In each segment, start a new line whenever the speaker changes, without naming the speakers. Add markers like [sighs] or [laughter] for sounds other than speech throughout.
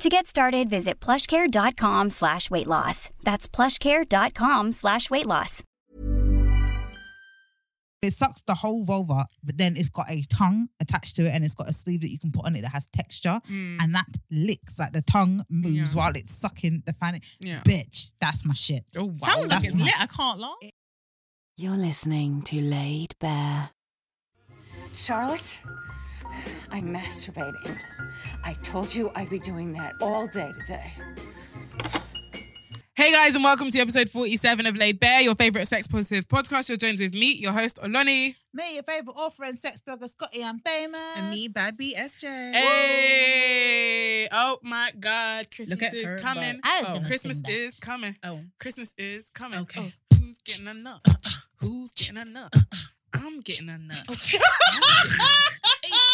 To get started, visit plushcare.com slash weight loss. That's plushcare.com slash weight loss.
It sucks the whole vulva, but then it's got a tongue attached to it and it's got a sleeve that you can put on it that has texture and that licks, like the tongue moves
Mm. Yeah.
while it's sucking the fanny.
Yeah.
Bitch, that's my shit.
Oh, wow.
Sounds like
That's
it's
my-
lit. I can't lie.
You're listening to Laid Bear.
Charlotte, I'm masturbating. I told you I'd be doing that all day today.
Hey guys, and welcome to episode 47 of Laid Bare, your favorite sex positive podcast. You're joined with me, your host, Oloni.
Me, your favourite author and sex blogger, Scotty, I'm famous.
And me, Babby SJ.
Hey! Oh my God, Christmas
at
is
her
coming. Oh.
butt. I was
gonna
Christmas
sing that.
is coming. [laughs]
Oh.
Christmas is coming.
Okay.
Oh, who's getting a nut? Who's getting a nut? I'm getting a nut.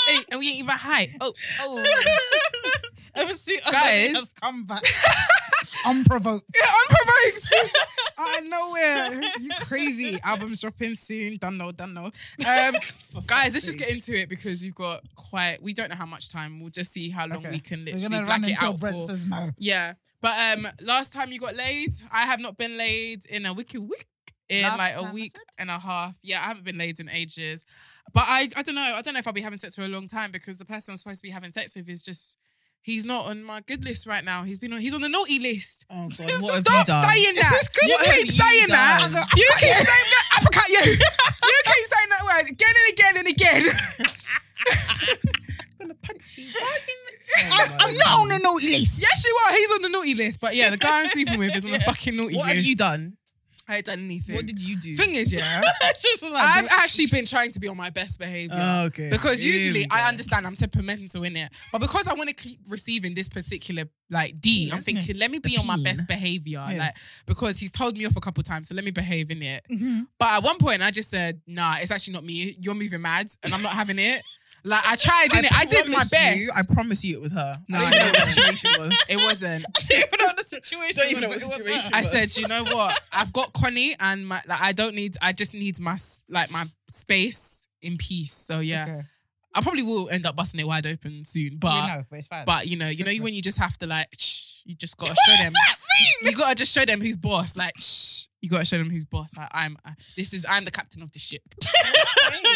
hey, and we ain't even high. Oh, oh.
[laughs] Ever see
Guys.
has come back [laughs]
[laughs]
unprovoked. [laughs]
unprovoked. Out of nowhere. You crazy. Album's dropping soon. Don't know, don't know. Um, [laughs] guys, let's just get into it because you've got quite, we don't know how much time. We'll just see how long we can
We're
literally
gonna run
black it
until
out
Brent
for.
says no.
Yeah. But um, last time you got laid, I have not been laid in a wiki week. In
Last
like
time I
a week
said?
and a half. Yeah, I haven't been laid in ages. But I, I don't know. I don't know if I'll be having sex for a long time because the person I'm supposed to be having sex with is just he's not on my good list right now. He's been on he's on the naughty list.
Oh, God.
This-
What have
Stop
you done?
saying that.
This is crazy.
You
What
keep
have you
saying that.
done?
You keep saying that. Uppercut [laughs] you. You keep saying that word again and again and again.
I'm going to punch you.
I'm, I'm not on the naughty list.
yes, you are. He's on the naughty list. But yeah, the guy I'm sleeping with is on the [laughs] fucking naughty
What
list.
have you done?
I ain't done anything.
What did you do?
Thing is, yeah,
Just like-
I've actually been trying to be on my best behavior.
Oh, okay.
Because
Here
usually
we go.
I understand I'm temperamental in it, but because I want to keep receiving this particular like D, am
Yes.
thinking let me
The
be on my
peen.
best behavior,
Yes.
like because he's told me off a couple times, so let me behave in it.
Mm-hmm.
But at one point I just said, Nah, it's actually not me. You're moving mad, and I'm not having it. Like I tried in it, I did my
promise
best.
You, I promise you it was her.
No,
I didn't know
it
what the
wasn't. [laughs]
situation was.
it wasn't.
[laughs]
even know the situation.
Don't even know
was,
what
but it was
situation.
her.
I said, you know what? I've got Connie, and my like, I don't need. I just need my s- like my space in peace. So yeah,
Okay.
I probably will end up busting it wide open
But,
soon. But
you know, but it's fine.
but you know, you know when you just have to like, shh, you just gotta show them. You gotta just show them who's boss. Like, shh, you gotta show them who's boss. Like, I'm. I, this is. I'm the captain of the ship.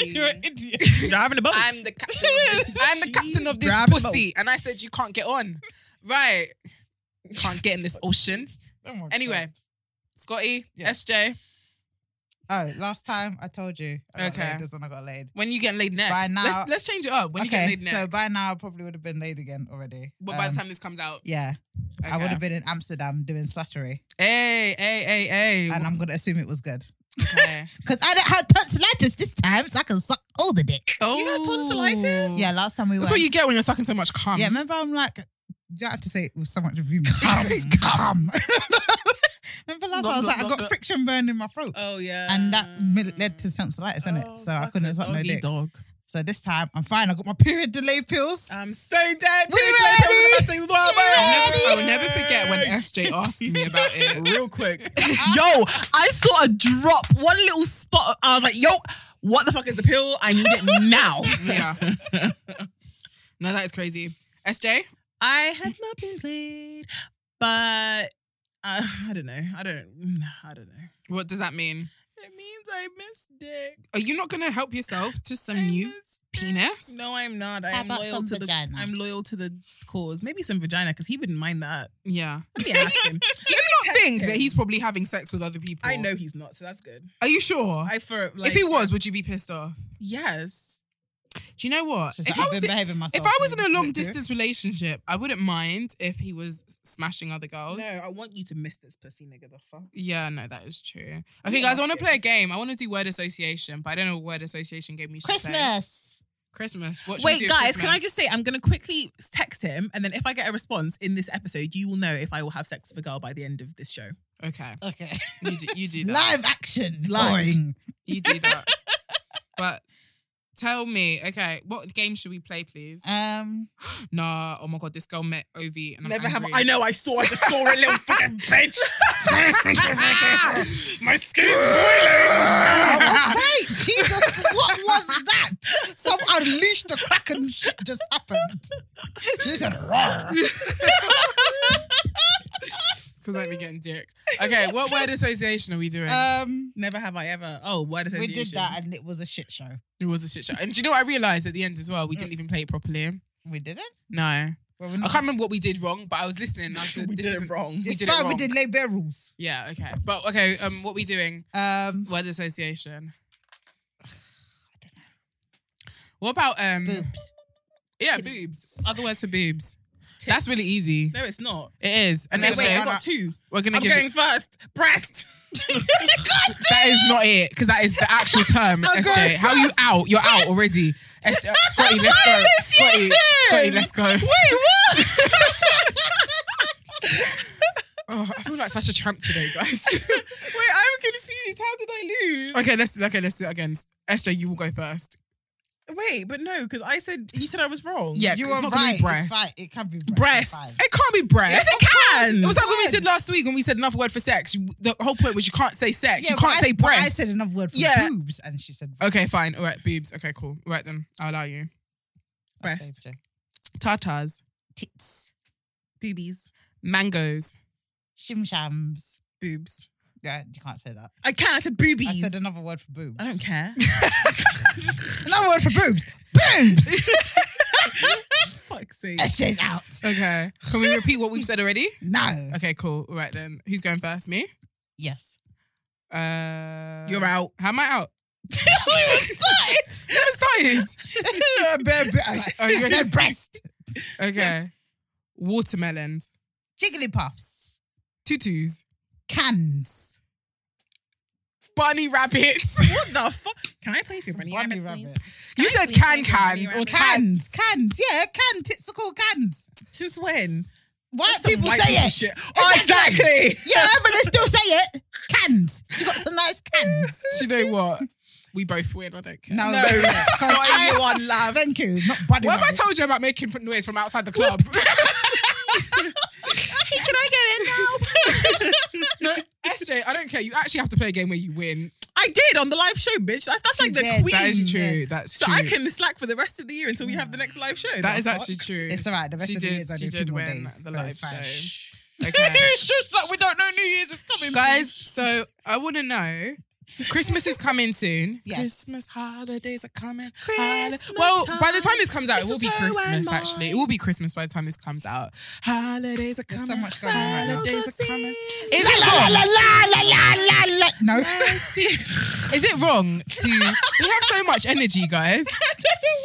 you're an idiot.
Driving the boat.
[laughs] I'm the captain. [laughs] Of this, I'm the captain
She's
of this
driving
pussy, and I said you can't get on. [laughs] Right, can't get in this ocean.
Oh my
Anyway.
God.
Scotty,
Yes.
SJ,
Oh, last time I told you. I okay.
Okay.
Got laid, this one I got laid.
when you getting laid next?
By now-
let's, let's change it up. When you
okay,
getting laid next?
so by now I probably would have been laid again already.
but by the
Um,
time this comes out,
yeah, I
Okay.
would have been in Amsterdam doing slattery,
Hey, hey, hey, hey.
and I'm gonna assume it was good
[laughs] Okay.
because I don't have tonsillitis this time, so I can suck all the dick.
oh,
You had tonsillitis?
Yeah, last time we were.
That's what you get when you're sucking so much cum.
yeah, remember I'm like, you have to say it with so much
[laughs]
vim. Come, come. [laughs] remember last time I was like, I got friction burn in my throat.
oh, yeah.
and that mid- led to tonsillitis, innit?
Oh,
so I
fuck
couldn't
it,
suck no
doggy
dick.
Dog.
So this time, I'm fine. I got my period delay pills.
I'm so dead.
We
Please let me tell you
ready?
the best thing in the world,
We
man.
I'll never,
ready?
I'll never forget when SJ asked me about it.
[laughs] real quick. yo, I saw a drop, one little spot. I was like, yo, what the fuck is the pill? I need it now.
Yeah. No, that is crazy. SJ?
[laughs] I had not been played, but uh, I don't know. I don't. I don't know.
What does that mean?
It means I missed dick.
Are you not gonna help yourself to some
I
new
miss dick.
penis?
No, I'm not. I
How
am
about
loyal
some
to
vagina?
the. I'm loyal to the cause. Maybe some vagina, because he wouldn't mind that.
Yeah.
Let me ask him.
[laughs] Do you not
text
think that
him.
he's probably having sex with other people?
I know he's not, so that's good.
Are you sure?
I for like,
if he was, would you be pissed off?
yes.
Do you know what?
She's
If
like,
I
I've
was
been behaving myself.
If I was
so
in a
you
long
do it.
distance relationship, I wouldn't mind if he was smashing other girls.
No, I want you to miss this pussy nigga. The fuck.
Yeah, no, that is true.
me
Okay, guys, I want to
ask
play a game. I want to do word association, but I don't know what word association gave me.
Christmas.
Christmas. What should we
Wait,
do at
guys, can I
Christmas?
just say I'm gonna quickly text him, and then if I get a response in this episode, you will know if I will have sex with a girl by the end of this show.
Okay,
Okay.
you do, you
[laughs]
do that.
Live action.
Live.
Boing.
You do that. but tell me, okay, what game should we play, please?
Uh.
Um,
nah. Oh my god, this girl met Ovi, and I'm
Never have
angry.
I know I saw I just saw a little
[laughs]
[laughs]
fucking bitch.
Ah!
[laughs] My skin is boiling.
right, Jesus, what was that? Some unleashed a kraken shit just happened. She said,
[laughs]
"Roar."
Because I'd be getting dick. Okay,
[laughs]
what word association are we doing?
Uh.
Um,
Never have I ever. Oh, word
we
association.
did that and it was a shit show.
it was a shit show. And do you know what I realised at the end as well?
Mm.
We didn't even play it properly.
We didn't.
No. I
Well, we're
can't
not.
remember what we did wrong, but I was listening
[laughs]
and I said,
we
this
[laughs] did
isn't-
it wrong.
we
It's
did it
fine. We
wrong.
did lay bare rules.
Yeah, okay. But okay, um, what we doing?
Um,
Word association. [sighs] What about um
boobs.
yeah, boobs. Other words for boobs. That's really easy.
No, it's not.
It is. And
Okay,
next
wait,
we're,
I got two.
we're gonna
I'm
give
going
it,
first.
[laughs]
Breast. [laughs]
that is not it, because that is the actual
[laughs]
term, SJ. How you out? You're out already. SJ, Scotty, let's go. Scotty, Scotty, let's go.
what?
[laughs]
[laughs]
Oh, I feel like such a tramp today, guys. [laughs]
Wait, I'm confused. How did I lose?
okay, let's okay, let's do it again. SJ, you will go first.
Wait, but no, because I said you said I was wrong.
Yeah,
You
it's
were
not gonna
right.
be breast.
It's fine. It can be breast.
Breast.
It's fine.
It can't be breast.
Yes, it can.
It was like when we
When?
did last week when we said another word for sex. You- The whole point was you can't say sex. you
but
can't
I-
say
but I
breast.
said another word for
Yeah.
boobs, and she said,
okay, fine. All right, boobs. Okay, cool. All right then, I'll allow you.
breast,
Tartars,
tits,
boobies,
mangoes.
shim shams.
boobs.
Yeah, you can't say that.
I can. I said boobies.
I said another word for boobs.
I don't care.
Another word for boobs.
[laughs]
Boobs.
Fuck's sake.
that shit's out.
Okay,
[laughs]
can we repeat what we've said already?
No.
Okay, cool. All right then, who's going first? Me.
Yes.
Uh,
[laughs]
You're [laughs] out.
How am I out? I
[laughs] Bare-
started.
bare- like,
Oh,
Are you
I [laughs]
ready?
said breast.
Okay. Watermelons,
Jigglypuffs.
tutus,
Cans. [laughs]
bunny rabbits.
What the fuck? Can I play for Bunny,
Bunny
Rabbit, please?
You
I
said
please
can
play for Bunny
cans or
Rabbit?
Cans. Cans. Yeah, cans. Tits are called cans.
Since when?
White
Some
people
white
say
people
it.
shit. Oh, exactly.
Yeah, but they still say it. Cans. You got some nice cans.
Do you know what? We both win. I don't care.
No,
[laughs] No,
no, no.
[laughs] Sorry, you on love.
Thank you. Not bunny
What have I
rabbits.
told you about making noise from outside the
[laughs]
club?
Can I get in now?
[laughs] SJ, I don't care. You actually have to play a game where you win.
I did on the live show, bitch. That's, that's
She
like the
did.
queen.
That is
Mm,
true.
yes.
That's
so
true.
I can slack for the rest of the year until we have the next live show.
that is
fuck. [laughs]
actually true.
It's all right. The rest
She
of the
did-
years I do
she
a few
did
more
win
days.
the
so it's
live
fine.
show.
Shh. [laughs]
Okay.
just like we don't know New Year's is coming.
Guys, so I want to know. Christmas is coming soon.
[laughs] Yes.
Christmas holidays are coming.
Christmas
well, by the
time.
time this comes out, it will
It's
be
a show and
Christmas. Actually, it
mine.
will be Christmas by the time this comes out. Holidays are
There's
coming.
so much going on right now.
holidays are coming.
It's
Is it wrong?
No.
Is it wrong to? we have so much energy, guys.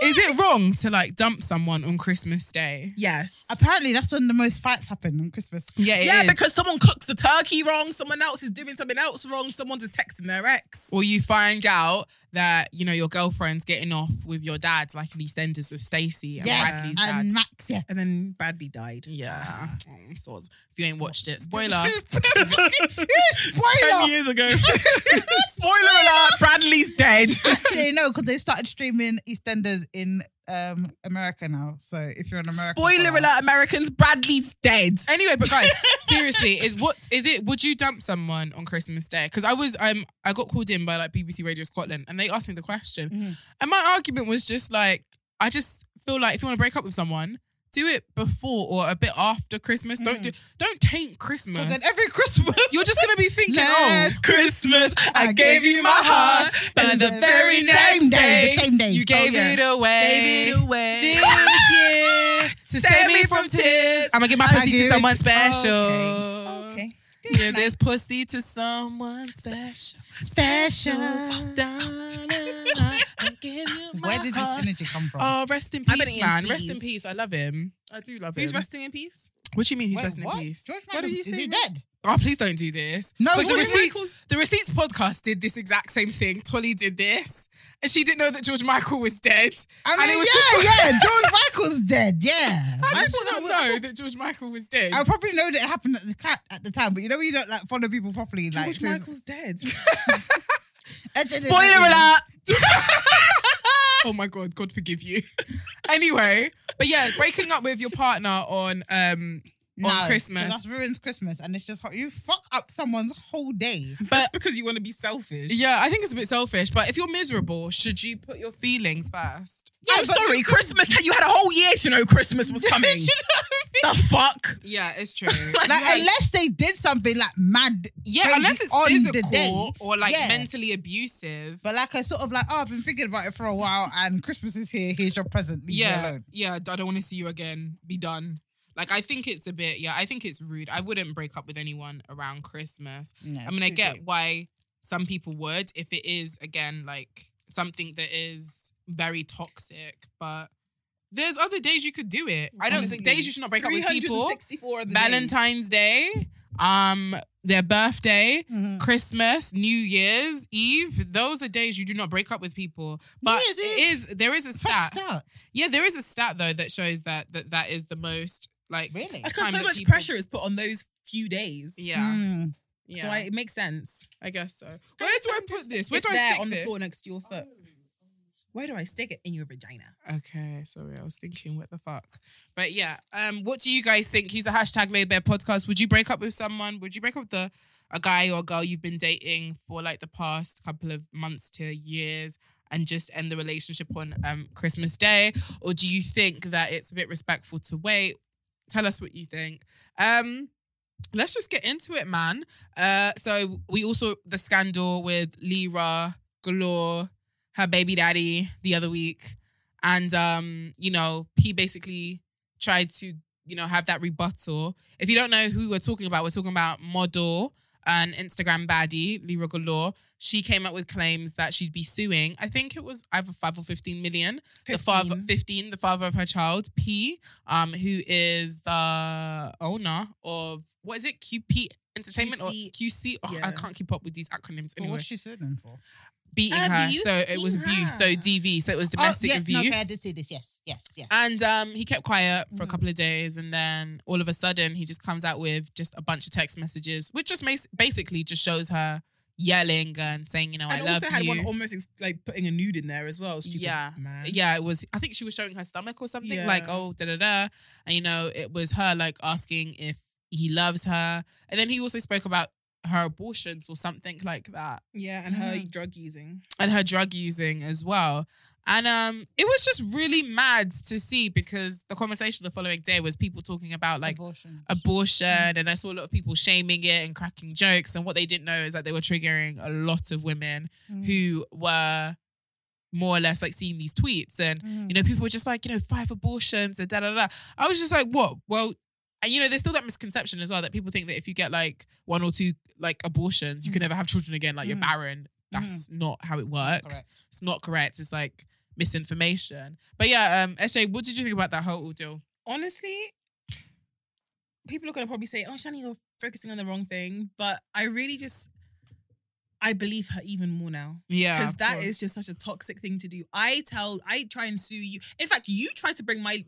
Is it wrong to like dump someone on Christmas Day?
yes.
[laughs] Apparently, that's when the most fights happen on Christmas.
Yeah, it
yeah,
is.
because someone cooks the turkey wrong, someone else is doing something else wrong, someone's just texting their ex.
or you find out that you know your girlfriend's getting off with your dad, like in EastEnders with Stacey and
Yes,
Bradley's dad.
and Max. Yeah.
And then Bradley
[laughs]
died. [laughs]
yeah, Mm, soz. If you ain't watched it, spoiler.
Ten
Spoiler.
years [laughs] ago. Spoiler alert, Bradley's dead.
Actually, no, because they started streaming EastEnders in um, America now. So if you're an American,
Spoiler
follower-
alert, Americans, Bradley's dead.
anyway,
[laughs]
but guys, seriously, is what is it? Would you dump someone on Christmas Day? Because I was um I got called in by like BBC Radio Scotland and they asked me the question,
Mhm.
and my argument was just like I just feel like if you want to break up with someone. Do it before or a bit after Christmas. Don't do, don't taint Christmas.
But Mm. then uh, every Christmas,
You're just gonna be thinking, oh,
Last
Christmas,
I gave you my heart,
but
and the very same day- the same day.
you gave
Oh, yeah.
it away.
Gave it away.
This year to save me from tears. I'm gonna give my
I
pussy to
give
someone
it-
special.
okay,
Give this pussy to someone special.
special.
Da, da, da. Give you my
Where did this
heart.
energy come from?
Oh, rest in
I bet it
peace,
is
man.
peace.
Rest in peace. I love him. I do love him.
Who's resting in peace?
What do you mean? Who's
Wait,
resting
what?
in peace?
George
What
Michael,
did you
is
say,
he
George?
dead?
oh, please don't do this.
No,
But the
George
receipts,
Michael's-
the receipts podcast did this exact same thing. Tolly did this, and she didn't know that George Michael was dead.
I
And
mean,
it was
yeah,
just-
yeah. George Michael's dead.
[laughs]
Yeah.
How did
I
you
thought
not
that
know that George Michael was dead?
I probably know that it happened at the cat at the time, but you know when you don't like follow people properly, like
George
so- [laughs]
Michael's dead.
Spoiler alert!
oh my god, God forgive you. [laughs] anyway, but yeah, breaking up with your partner on um on
That
Christmas.
ruins Christmas, and it's just hot. You fuck up someone's whole day.
But because you want to be selfish.
Yeah, I think it's a bit selfish, but if you're miserable, should you put your
[laughs]
feelings first?
I'm
but-
sorry, Christmas. You had a whole year to know Christmas [laughs] was coming. The fuck?
Yeah, it's true.
[laughs] Like unless they did something like mad.
yeah,
crazy
unless it's
on the
physical
day.
or like
Yeah.
mentally abusive.
But like I sort of like, oh, I've been thinking about it for a while, and Christmas is here. Here's your present. Leave me
yeah,
alone.
yeah. I don't want to see you again. Be done. Like I think it's a bit. Yeah, I think it's rude. I wouldn't break up with anyone around Christmas.
Yeah,
I
it's
mean, I
too
get
big.
why some people would if it is again like something that is very toxic, but there's other days you could do it. I don't think
Honestly,
days you should not break up with people.
364 of the days.
Valentine's Day, um, their birthday,
Mhm.
Christmas, New Year's Eve. Those are days you do not break up with people. But
Year's
it is there is a
Fresh
stat.
start.
Yeah, there is a stat though that shows that that, that is the most like
Really?
time
Because so
that
much
people-
pressure is put on those few days.
Yeah,
Mm.
yeah.
So I, it makes sense.
I guess so. Where do I put this? Where
it's
do I
there
stick
on the
this?
floor next to your foot. Where do I stick it? In your vagina.
Okay, sorry, I was thinking, what the fuck? But yeah, um, what do you guys think? He's a hashtag laid bare podcast. Would you break up with someone? Would you break up with the, a guy or girl you've been dating for like the past couple of months to years and just end the relationship on um Christmas Day? Or do you think that it's a bit respectful to wait? Tell us what you think. Um, let's just get into it, man. Uh, so we also the scandal with Lira Galore, her baby daddy, the other week and um, you know, he basically tried to, you know, have that rebuttal. If you don't know who we're talking about, we're talking about model and Instagram baddie Lira Galore. She came up with claims that she'd be suing. I think it was either five or fifteen million. The father,
15.
fifteen, the father of her child, P, um, who is the owner of what is it, QP Entertainment or
QC
QC? Oh, I
yeah.
can't keep up with these acronyms.
But
Anyway,
what's she suing them for?
beating her,
Abuse,
so it was abuse. So
yeah.
DV, so it was domestic
oh, yeah,
abuse.
No, okay, I did see this. Yes, yes, yes.
And um, he kept quiet
Mm.
for a couple of days, and then all of a sudden, he just comes out with just a bunch of text messages, which just makes, basically just shows her yelling and saying, you know,
And
I love
also had
you.
one almost ex- like putting a nude in there as well. Stupid
Yeah.
man.
yeah, it was. I think she was showing her stomach or something, like
Yeah.
oh da da da, and you know, it was her like asking if he loves her, and then he also spoke about her abortions or something like that.
Yeah, and her
Mm-hmm.
drug using.
and her drug using as well. And um, it was just really mad to see because the conversation the following day was people talking about like
abortion.
abortion, and I saw a lot of people shaming it and cracking jokes. And what they didn't know is that they were triggering a lot of women
Mm.
who were more or less like seeing these tweets, and
Mm-hmm.
you know, people were just like, you know, five abortions and da da da. I was just like, what? Well, and you know, there's still that misconception as well that people think that if you get like one or two like abortions, you
Mm.
can never have children again, like you're
Mhm.
barren. That's not how it works.
correct.
It's not correct. It's like misinformation. But yeah, um, SJ, what did you think about that whole deal?
honestly, people are gonna probably say, "Oh, Shani, you're focusing on the wrong thing," but I really just, I believe her even more now
Yeah,
because
of
that
course.
is just such a toxic thing to do. I tell, I try and sue you. In fact, you tried to bring my.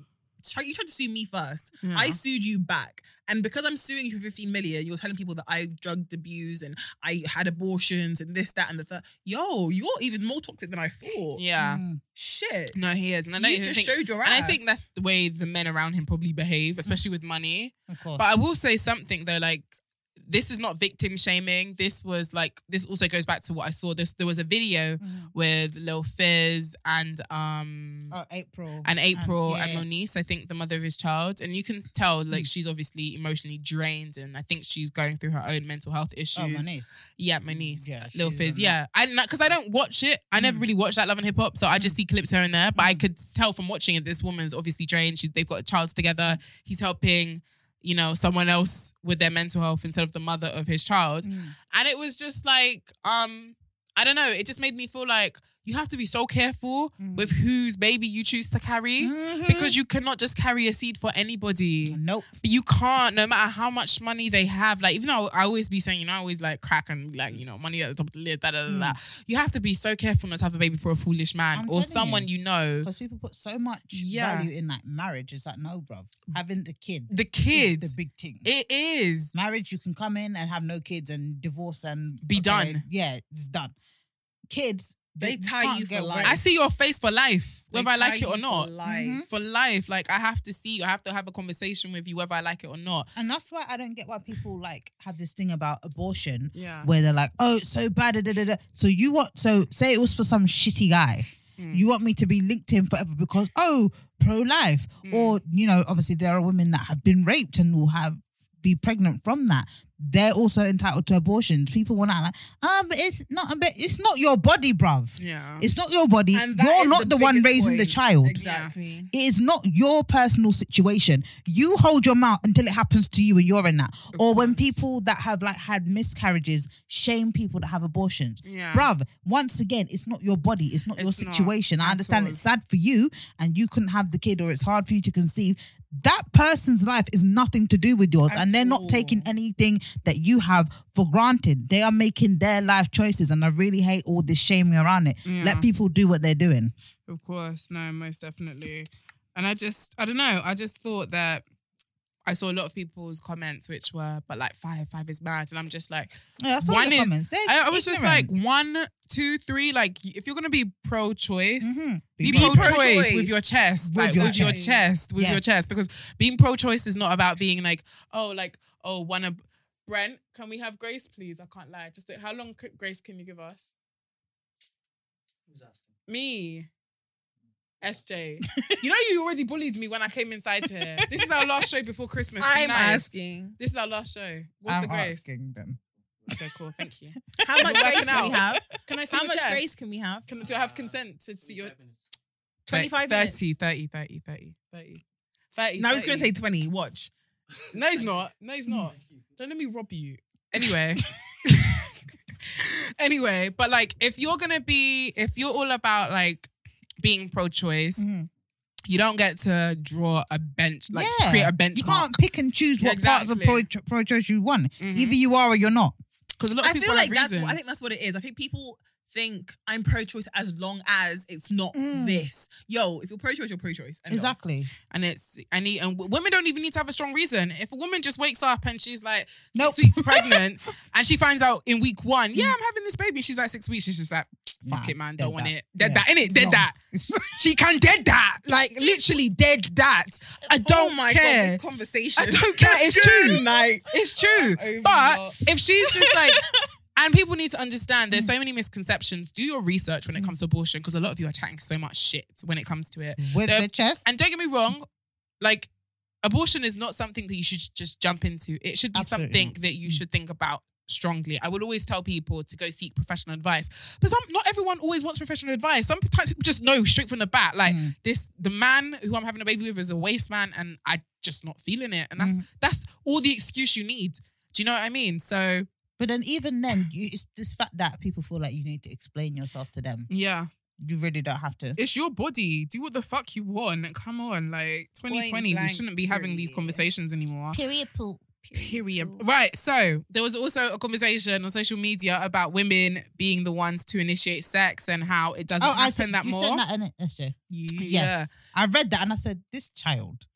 try- You tried to sue me first.
Yeah.
I sued you back, and because I'm suing you for 15 million, you're telling people that I drugged abuse and I had abortions and this, that, and the third. Yo, you're even more toxic than I thought.
Yeah.
Mm.
Shit.
No, he is. And I don't
You
even
just
think,
showed your ass.
and I think that's the way the men around him probably behave, especially with money.
Mm. Of course.
But I will say something though, like this is not victim shaming. This was like this also goes back to what I saw. This there was a video
Mhm.
with Lil Fizz and um
oh, April
and April
yeah. Mm.
and Monice, I think the mother of his child, and you can tell like she's obviously emotionally drained, and I think she's going through her own mental health issues.
Oh, my niece.
Yeah, my niece.
Yeah,
Lil
she's
Fizz.
on Mm.
Yeah. I because I don't watch it. I never really watched that Love and Hip Hop, so I just see clips here and there. But I could tell from watching it, this woman's obviously drained. She's they've got a child together. He's helping, you know, someone else with their mental health instead of the mother
Mm. Mm-hmm.
of his child. And it was just like, um, I don't know. It just made me feel like you have to be so careful
Mm.
with whose baby you choose to carry
Mm-hmm.
because you cannot just carry a seed for anybody.
Nope.
But you can't, no matter how much money they have. Like, even though I always be saying, you know, I always like crack and like, you know, money at the top of the list, da da da da. You have to be so careful not to have a baby for a foolish man
I'm
or
telling
someone you, know.
Because people put so much
Yeah.
value in like marriage. It's like, no, bruv. Having the kid
The
is
kid,
the big thing.
it is.
marriage, you can come in and have no kids and divorce and
Be done.
Yeah, it's done. Kids,
They tie
can't
you
get
for
away.
life.
I see your face for life,
They
whether I
tie
like it
you
or
for
not. Mm-hmm.
life. Mhm.
For life, like I have to see you. I have to have a conversation with you, whether I like it or not.
And that's why I don't get why people like have this thing about abortion
Yeah.
where they're like, oh, it's so bad. Da, da, da, da. So you want, so say it was for some shitty guy.
Mm.
You want me to be linked to him forever because, oh, pro life.
Mm.
Or, you know, obviously there are women that have been raped and will have be pregnant from that. They're also entitled to abortions. People want to like, um, but it's not, but it's not your body, bruv.
Yeah.
It's not your body.
And that
You're
is
not the, one
biggest
raising the
point.
child.
Exactly.
It is not your personal situation. You hold your mouth until it happens to you and you're in that. or when people that have like had miscarriages shame people that have abortions.
Yeah.
Bruv, once again, it's not your body, it's not your
It's not
situation. I
at
understand
all.
it's sad for you and you couldn't have the kid or it's hard for you to conceive. That person's life is nothing to do with yours, and they're not taking anything that you have for granted. They are making their life choices, and I really hate all this shaming around it. Let people do what they're doing.
Of course, no, most definitely. And I just, I don't know, I just thought that I saw a lot of people's comments, which were, but like five, five is mad. And I'm just like,
Yeah, that's all
one
your
is,
comments. They're
I, I was just like,
ignorant.
one, two, three. Like, if you're going to be pro choice,
Mhm.
Be,
Be
pro-choice,
pro-choice.
with your chest,
With
like
your
with your
chest.
chest, with your
Yes.
chest, because being pro-choice is not about being like, oh, like, oh, one of Brent, can we have Grace, please? I can't lie. Just like, how long c- Grace can you give us? Me, SJ. you know you already bullied me when I came inside here. This is our last show before Christmas. Be
I'm
nice.
asking.
This is our last show. What's the grace?
asking them.
Okay, cool. Thank you.
How much
We're
grace
working
can we
out.
have?
Can I see
How
your
much
chest?
grace can we have?
Can, do I have consent to see your
25 minutes.
30, 30, 30, 30, 30. 30
Now he's going to
30.
say 20. Watch.
No, he's not. No, he's not. Don't let me rob you. Anyway. [laughs] anyway, but like if you're gonna be if you're all about like being pro choice,
Mhm.
you don't get to draw a bench like
yeah.
create a benchmark.
You can't pick and choose what
Exactly.
parts of pro choice you want.
Mhm.
Either you are or you're not.
Because a lot of
I
people
feel
have
like that's
reasons.
what, I think that's what it is. I think people think I'm pro-choice as long as it's not
Mm.
this. Yo, if you're pro-choice, you're pro-choice. End of.
Exactly.
and it's I need and w- women don't even need to have a strong reason. If a woman just wakes up and she's like six
Nope.
weeks pregnant and she finds out in week one, yeah, I'm having this baby. She's like six weeks. She's just like, fuck
Nah,
it, man,
dead
don't want
that.
it. Dead
Yeah.
that, innit? Dead
No. [laughs]
that. [laughs] she can dead that. Like literally dead that. I don't
oh my
care.
god, this conversation.
I don't care. It's
[laughs]
true.
Like,
It's true.
Over
But
not.
if she's just like, and people need to understand there's so many misconceptions. Do your research when it comes to abortion because a lot of you are chatting so much shit when it comes to it.
With
There-
the chest.
and don't get me wrong, like abortion is not something that you should just jump into. It should be
Absolutely
something that you should think about strongly. I would always tell people to go seek professional advice, but some not everyone always wants professional advice. Sometimes people just know straight from the bat, like this. The man who I'm having a baby with is a waste man, and I just not feeling it. And that's that's all the excuse you need. Do you know what I mean? So
but then even then, you, it's this fact that people feel like you need to explain yourself to them.
yeah,
You really don't have to.
it's your body. Do what the fuck you want. Come on, like 2020, we
blank,
shouldn't be having these
period.
conversations anymore.
Period poop.
Period. Right. So there was also a conversation on social media about women being the ones to initiate sex and how it doesn't
Oh,
happen
I said
that
you
more.
said that in it, SJ.
You.
Yeah.
Yes, I read that and I said, "This child."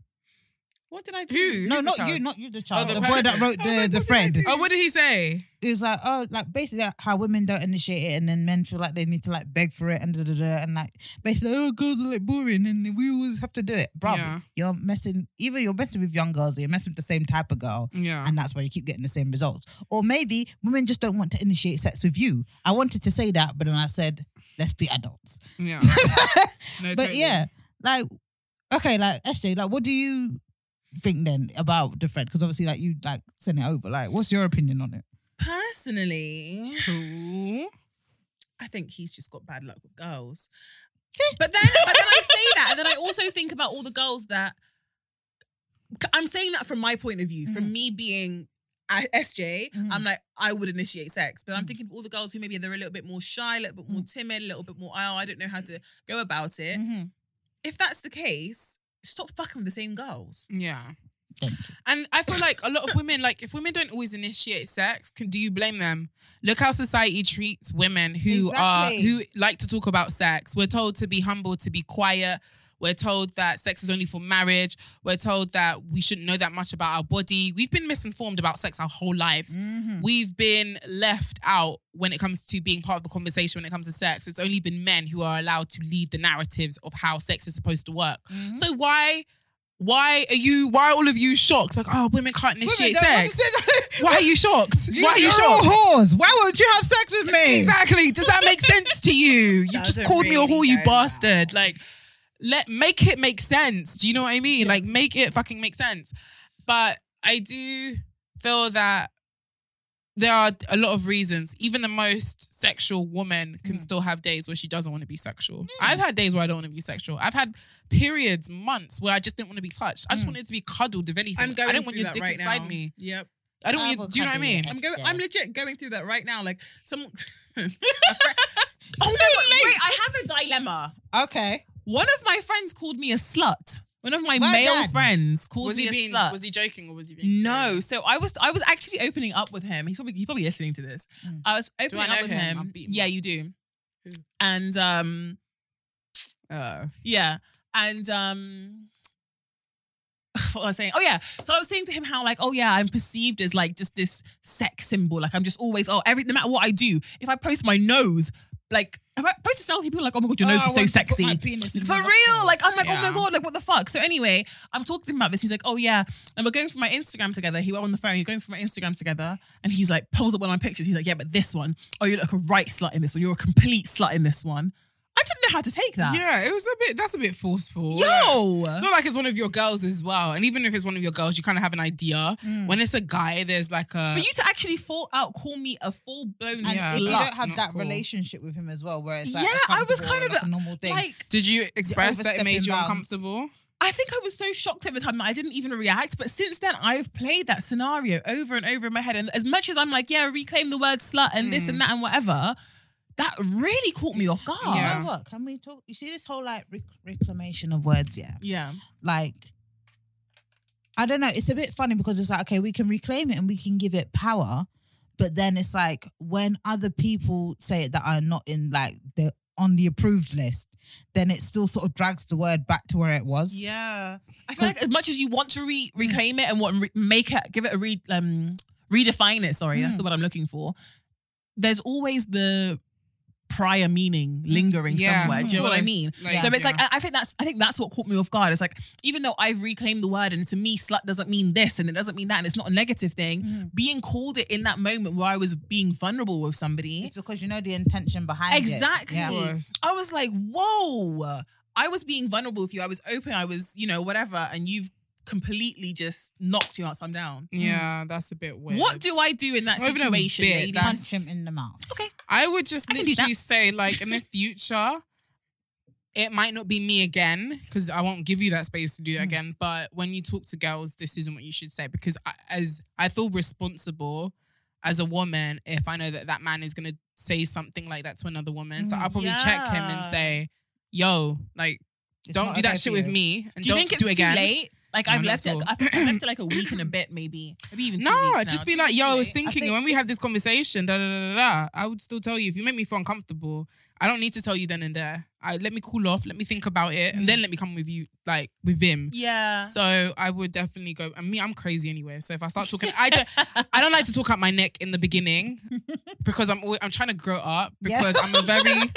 What did I do?
Who?
no,
Who's the
not you,
child? Oh,
not you, the child.
the
the boy that
person.
wrote
Oh
the
my
the
God,
friend.
did I
Oh, what did he say?
It was like, oh, like basically like how women don't initiate it, and then men feel like they need to like beg for it, and da da da, and like basically, oh, girls are like boring, and we always have to do it, bro.
Yeah.
You're messing, either you're messing with young girls, or you're messing with the same type of girl,
Yeah.
and that's why you keep getting the same results. Or maybe women just don't want to initiate sex with you. I wanted to say that, but then I said, let's be adults.
Yeah.
[laughs]
No,
But
totally.
yeah, like okay, like SJ, like what do you think then about the thread? Because obviously, like you like sent it over. Like, what's your opinion on it?
Personally,
Cool.
I think he's just got bad luck with girls. But then, but then I say that, and then I also think about
Mm-hmm.
all the girls that I'm saying that from my point of view, from me being I, SJ, I'm like, I would initiate sex.
Mm.
But I'm thinking of all the girls who maybe they're a little bit more shy, a little bit more timid, a little bit more, oh, I don't know how to go about it.
Mm-hmm.
If that's the case, stop fucking with the same girls.
Yeah. And I feel like a lot of women, like if women don't always initiate sex, can do you blame them? Look how society treats women who
Exactly.
are who like to talk about sex. We're told to be humble, to be quiet. We're told that sex is only for marriage. We're told that we shouldn't know that much about our body. We've been misinformed about sex our whole lives. We've been left out when it comes to being part of the conversation when it comes to sex. It's only been men who are allowed to lead the narratives of how sex is supposed to work. So why why are you? Why are all of you shocked? Like, oh, women can't initiate sex.
[laughs]
Why are you shocked? Why are you
You're all
shocked?
whores. Why won't you have sex with me?
Exactly. Does that make sense to
[laughs]
you? You just
Doesn't
called me a
really
whore, you
go
bastard. Like, let make it make sense. Do you know what I mean? Like, make it fucking make sense. But I do feel that there are a lot of reasons. Even the most sexual woman can
Mm.
still have days where she doesn't want to be sexual. I've had days where I don't want to be sexual. I've had periods, months where I just didn't want to be touched. I just wanted to be cuddled, if anything.
Mm. I'm going
I don't want
through
your
that
dick
right
inside
now.
me.
Yep.
I don't want
I
you.
will
Do you know what I
cuddle
mean?
you.
I'm going.
Yeah.
I'm legit going through that right now. Like some. [laughs] oh my God, Wait, I have a dilemma.
Okay.
One of my friends called me a slut. One of my
My
male
dad.
friends called
Was
me
he
a
being?
slut.
Was he joking or was he being?
no,
serious?
so I was I was actually opening up with him. He's probably he's probably listening to this. I was opening
know
up with
him?
him.
I'll beat him
yeah,
up.
you do.
Who?
And um,
Uh,
yeah, and um. [sighs] What was I saying? Oh yeah. So I was saying to him how like, oh yeah, I'm perceived as like just this sex symbol. Like I'm just always oh every no matter what I do, if I post my nose, like if I post a selfie, people are like, oh my god, your
Oh,
nose
I
is so
want to put
sexy.
my penis in
[laughs] For
my
real.
nostril.
Like, I'm like, oh
Yeah.
my God, like, what the fuck? So, anyway, I'm talking to him about this. He's like, oh, yeah. And we're going for my Instagram together. He went on the phone, you're going for my Instagram together. And he's like, pulls up one of my pictures. He's like, yeah, but this one, oh, you look a right slut in this one. You're a complete slut in this one. I didn't know how to take that.
yeah, it was a bit. That's a bit forceful. Like,
Yo.
it's not like it's one of your girls as well. And even if it's one of your girls, you kind of have an idea. When it's a guy, there's like a.
For you to actually fall out, call me a full blown
And
Yeah,
if you
slut.
don't
that's
have
not
that
cool.
relationship with him as well, where it's like
Yeah, I was
uncomfortable
kind
or
of
like a normal thing.
Like,
did you express that it
overstepping
made you
bounds.
uncomfortable?
I think I was so shocked at the time that I didn't even react. But since then, I've played that scenario over and over in my head. And as much as I'm like, yeah, reclaim the word slut and this
Mm.
and that and whatever, that really caught me off guard.
Do you
Yeah.
know what? Can we talk? You see this whole like rec- reclamation of words, yeah.
Yeah.
Like, I don't know. It's a bit funny because it's like okay, we can reclaim it and we can give it power, but then it's like when other people say it that are not in like the on the approved list, then it still sort of drags the word back to where it was.
Yeah. I feel like as much as you want to
Mm.
re- reclaim it and what re- make it, give it a re- um, redefine it, sorry,
Mm.
that's the word I'm looking for. There's always the prior meaning lingering
Mm. Yeah.
somewhere. Do you know what I
Always,
mean?
like,
so it's
yeah.
like I, I think that's I think that's what caught me off guard. It's like even though I've reclaimed the word and to me slut doesn't mean this and it doesn't mean that and it's not a negative thing,
Mm.
being called it in that moment where I was being vulnerable with somebody.
It's because you know the intention behind
Exactly.
it. Yeah.
Of course.
I was like, whoa. I was being vulnerable with you. I was open. I was, you know, whatever. And you've completely just knocked you upside down.
Mm. Yeah, that's a bit weird.
What do I do in that
Not even a
situation,
bit,
ladies?
that's-
Punch him in the mouth.
Okay.
I would just
I can do
literally
that.
say, like, in the future, it might not be me again because I won't give you that space to do
Mm.
that again. But when you talk to girls, this isn't what you should say because I, as I feel responsible as a woman if I know that that man is gonna say something like that to another woman. So I'll probably check him and
Mm, Yeah.
say, "Yo, like,
It's
don't
not
do that
okay
shit
for
with
you.
me, and
Do you
not
think it's
do it again."
too late? Like
No,
I've
not
left
at
it.
all.
I've I've left it like a week
[clears throat]
and a bit, maybe. Maybe even two
No,
weeks
just
now.
be
Do you
like,
think
yo,
it's
I
too
was
late?
thinking
think-
when we have this conversation, da da da da. da, I would still tell you if you make me feel uncomfortable. I don't need to tell you then and there. I let me cool off, let me think about it, and then
Mm.
let me come with you, like with him.
Yeah.
So I would definitely go. And me, I'm crazy anyway. So if I start talking,
[laughs]
I don't, I don't like to talk out my neck in the beginning because I'm always, I'm trying to grow up
Yeah.
because I'm
[laughs]
a very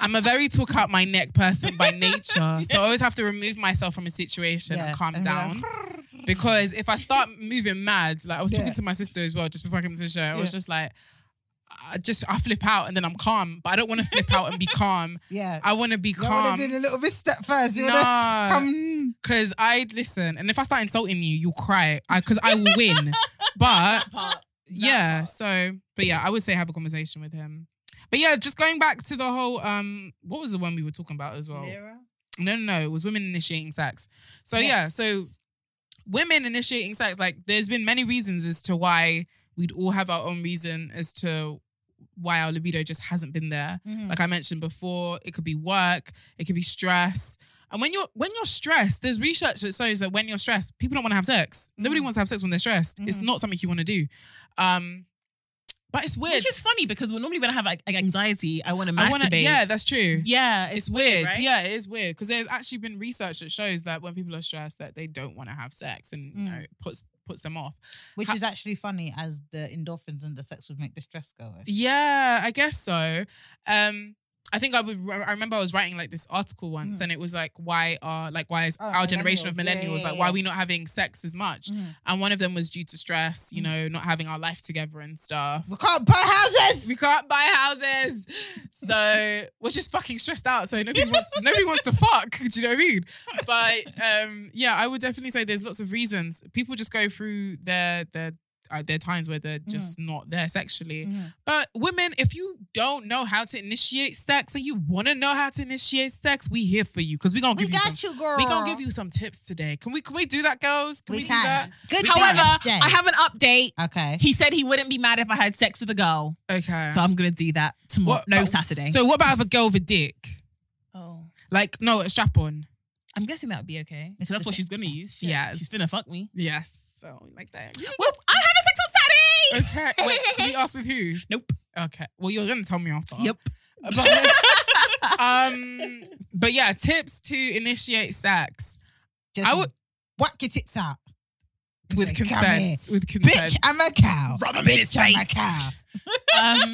I'm a very talk out my neck person by nature. So
[laughs]
I always have to remove myself from a situation
Yeah,
and calm
and be like,
down. Because if
[laughs]
I start moving mad, like I was talking
Yeah.
to my sister as well just before I came to the show, I
Yeah.
was just like, I just I flip out and then I'm calm, but I don't want to flip out and
[laughs]
be calm.
[laughs] Yeah.
I want to be
You want
calm.
to do the little bit step first. You want
Nah.
to [laughs]
[laughs]
come.
Cause I listen, and if I start insulting you, you'll cry. I, Cause I will
[laughs]
win. But
Part.
yeah, so but yeah, I would say have a conversation with him. But yeah, just going back to the whole um, what was the one we were talking about as well? No, no, no, it was women initiating sex. So yeah, so women initiating sex, like there's been many reasons as to why we'd all have our own reason as to why our libido just hasn't been there.
Mm-hmm.
Mhm.
Like I mentioned before, it could be work, it could be stress. And when you're when you're stressed, there's research that shows that when you're stressed, people don't want to have sex.
Mm.
Nobody wants to have sex when they're stressed. It's
Mhm.
Mm-hmm.
not something you want to do. Um, but it's weird.
Which is funny because when normally when I have like, like anxiety, I want to
I
masturbate.
wanna, yeah, that's true.
yeah, it's,
It's weird.
right?
Yeah, it is weird because there's actually been research that shows that when people are stressed, that they don't want to have sex, and you
Mm.
know, it puts puts them off.
Which
Ha-
is actually funny as the endorphins and the sex would make the stress go away.
Yeah, I guess so. Um, I think I would. I remember I was writing like this article once,
Mhm.
and it was like, why are like why is
Oh,
our generation of
millennials. Yeah,
millennials
yeah,
like why
yeah.
are we not having sex as much?
Mhm.
And one of them was due to stress,
Mm.
you know, not having our life together and stuff.
We can't buy houses.
We can't buy houses, so we're just fucking stressed out. So nobody wants nobody wants to fuck. [laughs] Do you know what I mean? But um, yeah, I would definitely say there's lots of reasons. People just go through their their uh, their times where they're just not there sexually.
Mhm.
But women, if you don't know how to initiate sex and you want to know how to initiate sex, we here for you because we gonna
We
give you.
got
some-
you, girl.
We gonna give you some tips today. Can we? Can we do that, girls? Can
We
we, do
can.
that?
Good
However,
business,
I
Jay.
have an update.
Okay.
He said he wouldn't be mad if I had sex with a girl,
Okay.
so I'm gonna do that tomorrow.
What-
no,
but-
Saturday.
So what about if a girl with a dick?
oh.
Like no, a strap on.
I'm guessing that would be okay.
It's
So that's
the
what
same-
she's gonna use.
Yeah.
Yeah, she's gonna fuck me.
Yes. So like
[laughs]
that.
Well, I'm having sex on Saturday.
Okay. Wait,
[laughs]
can you ask with who?
Nope.
Okay. Well, you're gonna tell me after.
Yep.
But, um. But yeah, tips to initiate sex
Just
I would-
whack your tits out. Just
with
say, "Come here.
consent. With consent.
Bitch, I'm a cow.
Rub 'em in his
Bitch, I'm a
face.
cow.
Um,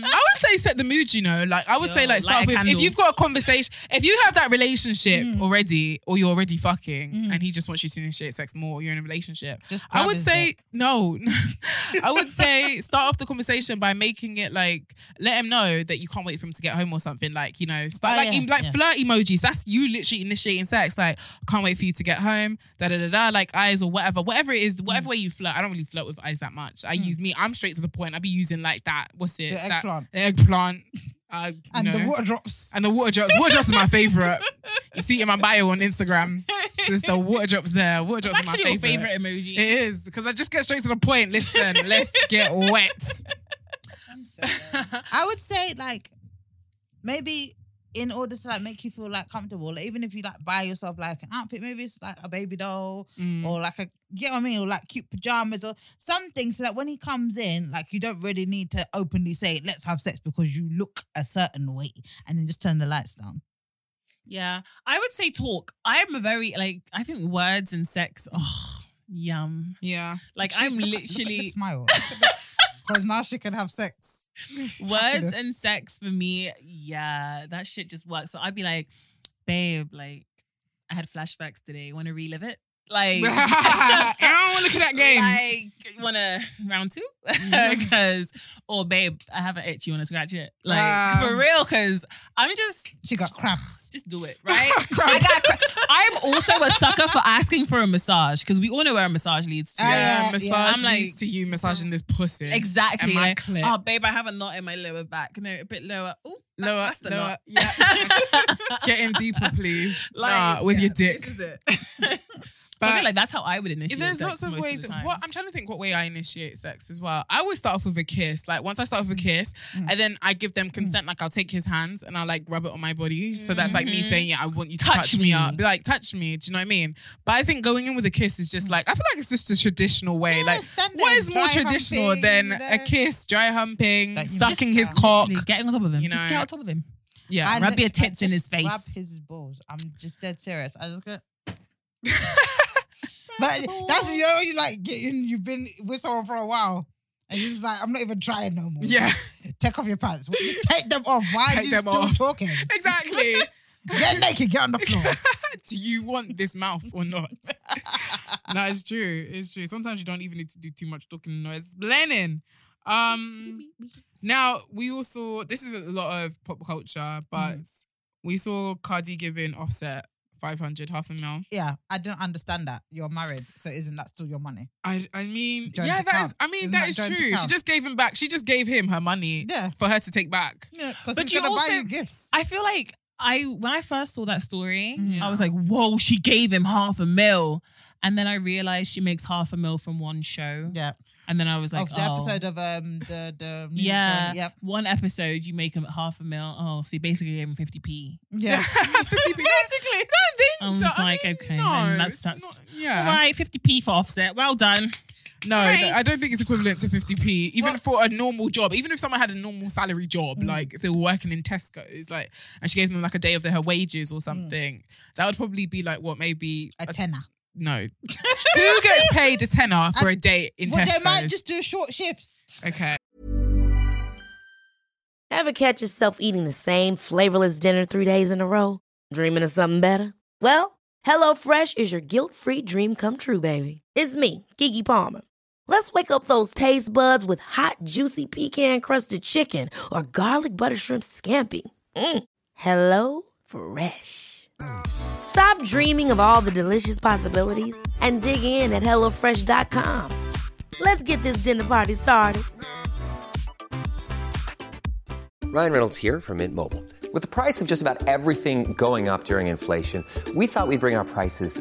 I would say set the mood, you know. Like I would say
Yo,
like start
light a
with if
candle.
you've got a conversation, if you have that relationship already, or you're already fucking
Mm.
and he just wants you to initiate sex more, or you're in a relationship.
Just
I
grab
would
his
say
dick.
no. [laughs] I would say start off the conversation by making it like let him know that you can't wait for him to get home or something. Like you know, start
Oh,
like
yeah,
em- like
yeah.
flirt emojis. That's you literally initiating sex. Like can't wait for you to get home. Da da da da. Like eyes or whatever, whatever it is, whatever way you flirt. I don't really flirt with eyes that much.
Mm.
I use me. I'm straight to the point. I be using like that. What's it?
The
That-
eggplant.
the eggplant. [laughs] Uh, you
And
know.
the water drops.
And the water drops. Water drops are my favorite. You see it in my bio on Instagram. Since the water drops there, water drops
it's
are my
actually your
favorite.
favorite emoji.
It is because I just get straight to the point. Listen, let's get wet.
I would say like maybe in order to like make you feel like comfortable, like, even if you like buy yourself like an outfit, maybe it's like a baby doll
Mm.
or like a you know what I mean, or like cute pajamas or something, so that when he comes in, like you don't really need to openly say let's have sex because you look a certain way, and then just turn the lights down.
Yeah, I would say talk. I am a very like I think words and sex. Oh, yum!
Yeah.
Like
She-
[laughs]
[laughs]
I'm
look at- look at the
literally
smile [laughs] because now she can have sex.
words
happiness.
and sex for me. Yeah, that shit just works. So I'd be like, babe, like I had flashbacks today. Want to relive it? Like,
[laughs] I [laughs]
[laughs]
don't want to look at that game. Mm-hmm.
Like, want to round two? [laughs] Because, or babe, I have an itch. You want to scratch it? Like
Um,
for real? Because I'm just
She got
[laughs]
cramps.
just
[laughs]
do it, right? I got. cra- I'm also a sucker for asking for a massage because we all know where a massage leads to.
Uh,
yeah,
yeah,
massage
yeah.
I'm like-
leads to you massaging this pussy.
Exactly.
And my
like,
clit.
oh, babe, I have a knot in my lower back. No, a bit lower. Oh, that,
Lower,
That's the
lower.
knot.
Yeah.
[laughs]
get in deeper, please. Nah, with your dick.
it. so I feel like that's how I would initiate.
there's
sex
lots of
most
ways.
the
what I'm
times.
trying to think what way I initiate sex as well. I always start off with a kiss. Like once I start off with a kiss, and then I give them consent. Like I'll take his hands and I'll like rub it on my body. So that's like me
Mhm.
saying, yeah, I want you to touch,
Touch
me.
me.
up. Be like, touch me. Do you know what I mean? But I think going in with a kiss is just like I feel like it's just a traditional way.
Yeah,
like
standard
what is more
dry
traditional
humping,
than
you
a
know?
kiss, dry humping,
That you
sucking
just-
his cock?
Literally Getting on top of him.
You
Just
know.
get on top of him.
Yeah.
I
Rub
look-
your
I
tits in
just
his face.
Rub his balls. I'm just dead serious. I just go. but that's you know you like getting you've been with someone for a while. And you're just like, I'm not even trying no more.
yeah.
Take off your pants. Just take them off. Why are
Take
you
them
still
off.
[laughs]
talking?
Exactly.
Get naked, get on the floor.
do you want this mouth or not?
[laughs]
no, it's true. It's true. Sometimes you don't even need to do too much talking or explaining. Um, now we also this is a lot of pop culture, but
Mm-hmm.
we saw Cardi giving Offset five hundred half a mil.
yeah, I don't understand that. You're married, so isn't that still your money?
I I mean,
Joint
yeah, that is.
account.
I mean,
Isn't
that
that
is
joint
true. She
account?
just gave him back. She just gave him her money
Yeah.
for her to take back.
Yeah, because
But
he's
you
gonna
also-
buy you gifts.
I feel like I when I first saw that story,
Mhm.
I was like, "Whoa!" She gave him half a mil, And then I realized she makes half a mil from one show.
Yeah.
And then I was like,
of the
oh.
episode of um the
[laughs]
the music
yeah,
show. Yep.
one episode you make him half a mil. Oh, so you basically gave him fifty p.
[laughs]
[laughs]
Yeah. [laughs]
Basically, don't think
I was
so. I
like,
mean,
okay,
no,
then that's
it's
that's
not- yeah.
all right. Fifty p for offset. Well done.
No, th- I don't think it's equivalent to 50p, even for a normal job. Even if someone had a normal salary job,
Mm.
like if they were working in Tesco's, like, and she gave them like a day of their her wages or something, that would probably be like what maybe
Mm. A tenner. [laughs]
no. Who gets paid a tenner for a day in
Well, they
Tesco's?
might just do short shifts.
okay.
Ever catch yourself eating the same flavorless dinner three days in a row? Dreaming of something better? Well, HelloFresh is your guilt free dream come true, baby. It's me, Gigi Palmer. Let's wake up those taste buds with hot, juicy pecan crusted chicken or garlic butter shrimp scampi. Mm. Hello Fresh. Stop dreaming of all the delicious possibilities and dig in at HelloFresh.com. Let's get this dinner party started.
Ryan Reynolds here from Mint Mobile. With the price of just about everything going up during inflation, we thought we'd bring our prices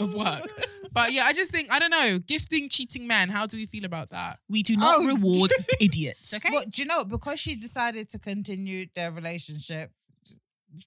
of work. But yeah, I just think I don't know. Gifting cheating men. How do we feel about that?
We do not
Oh.
[laughs]
[laughs]
reward idiots. Okay.
But do you know, because she decided to continue their relationship, you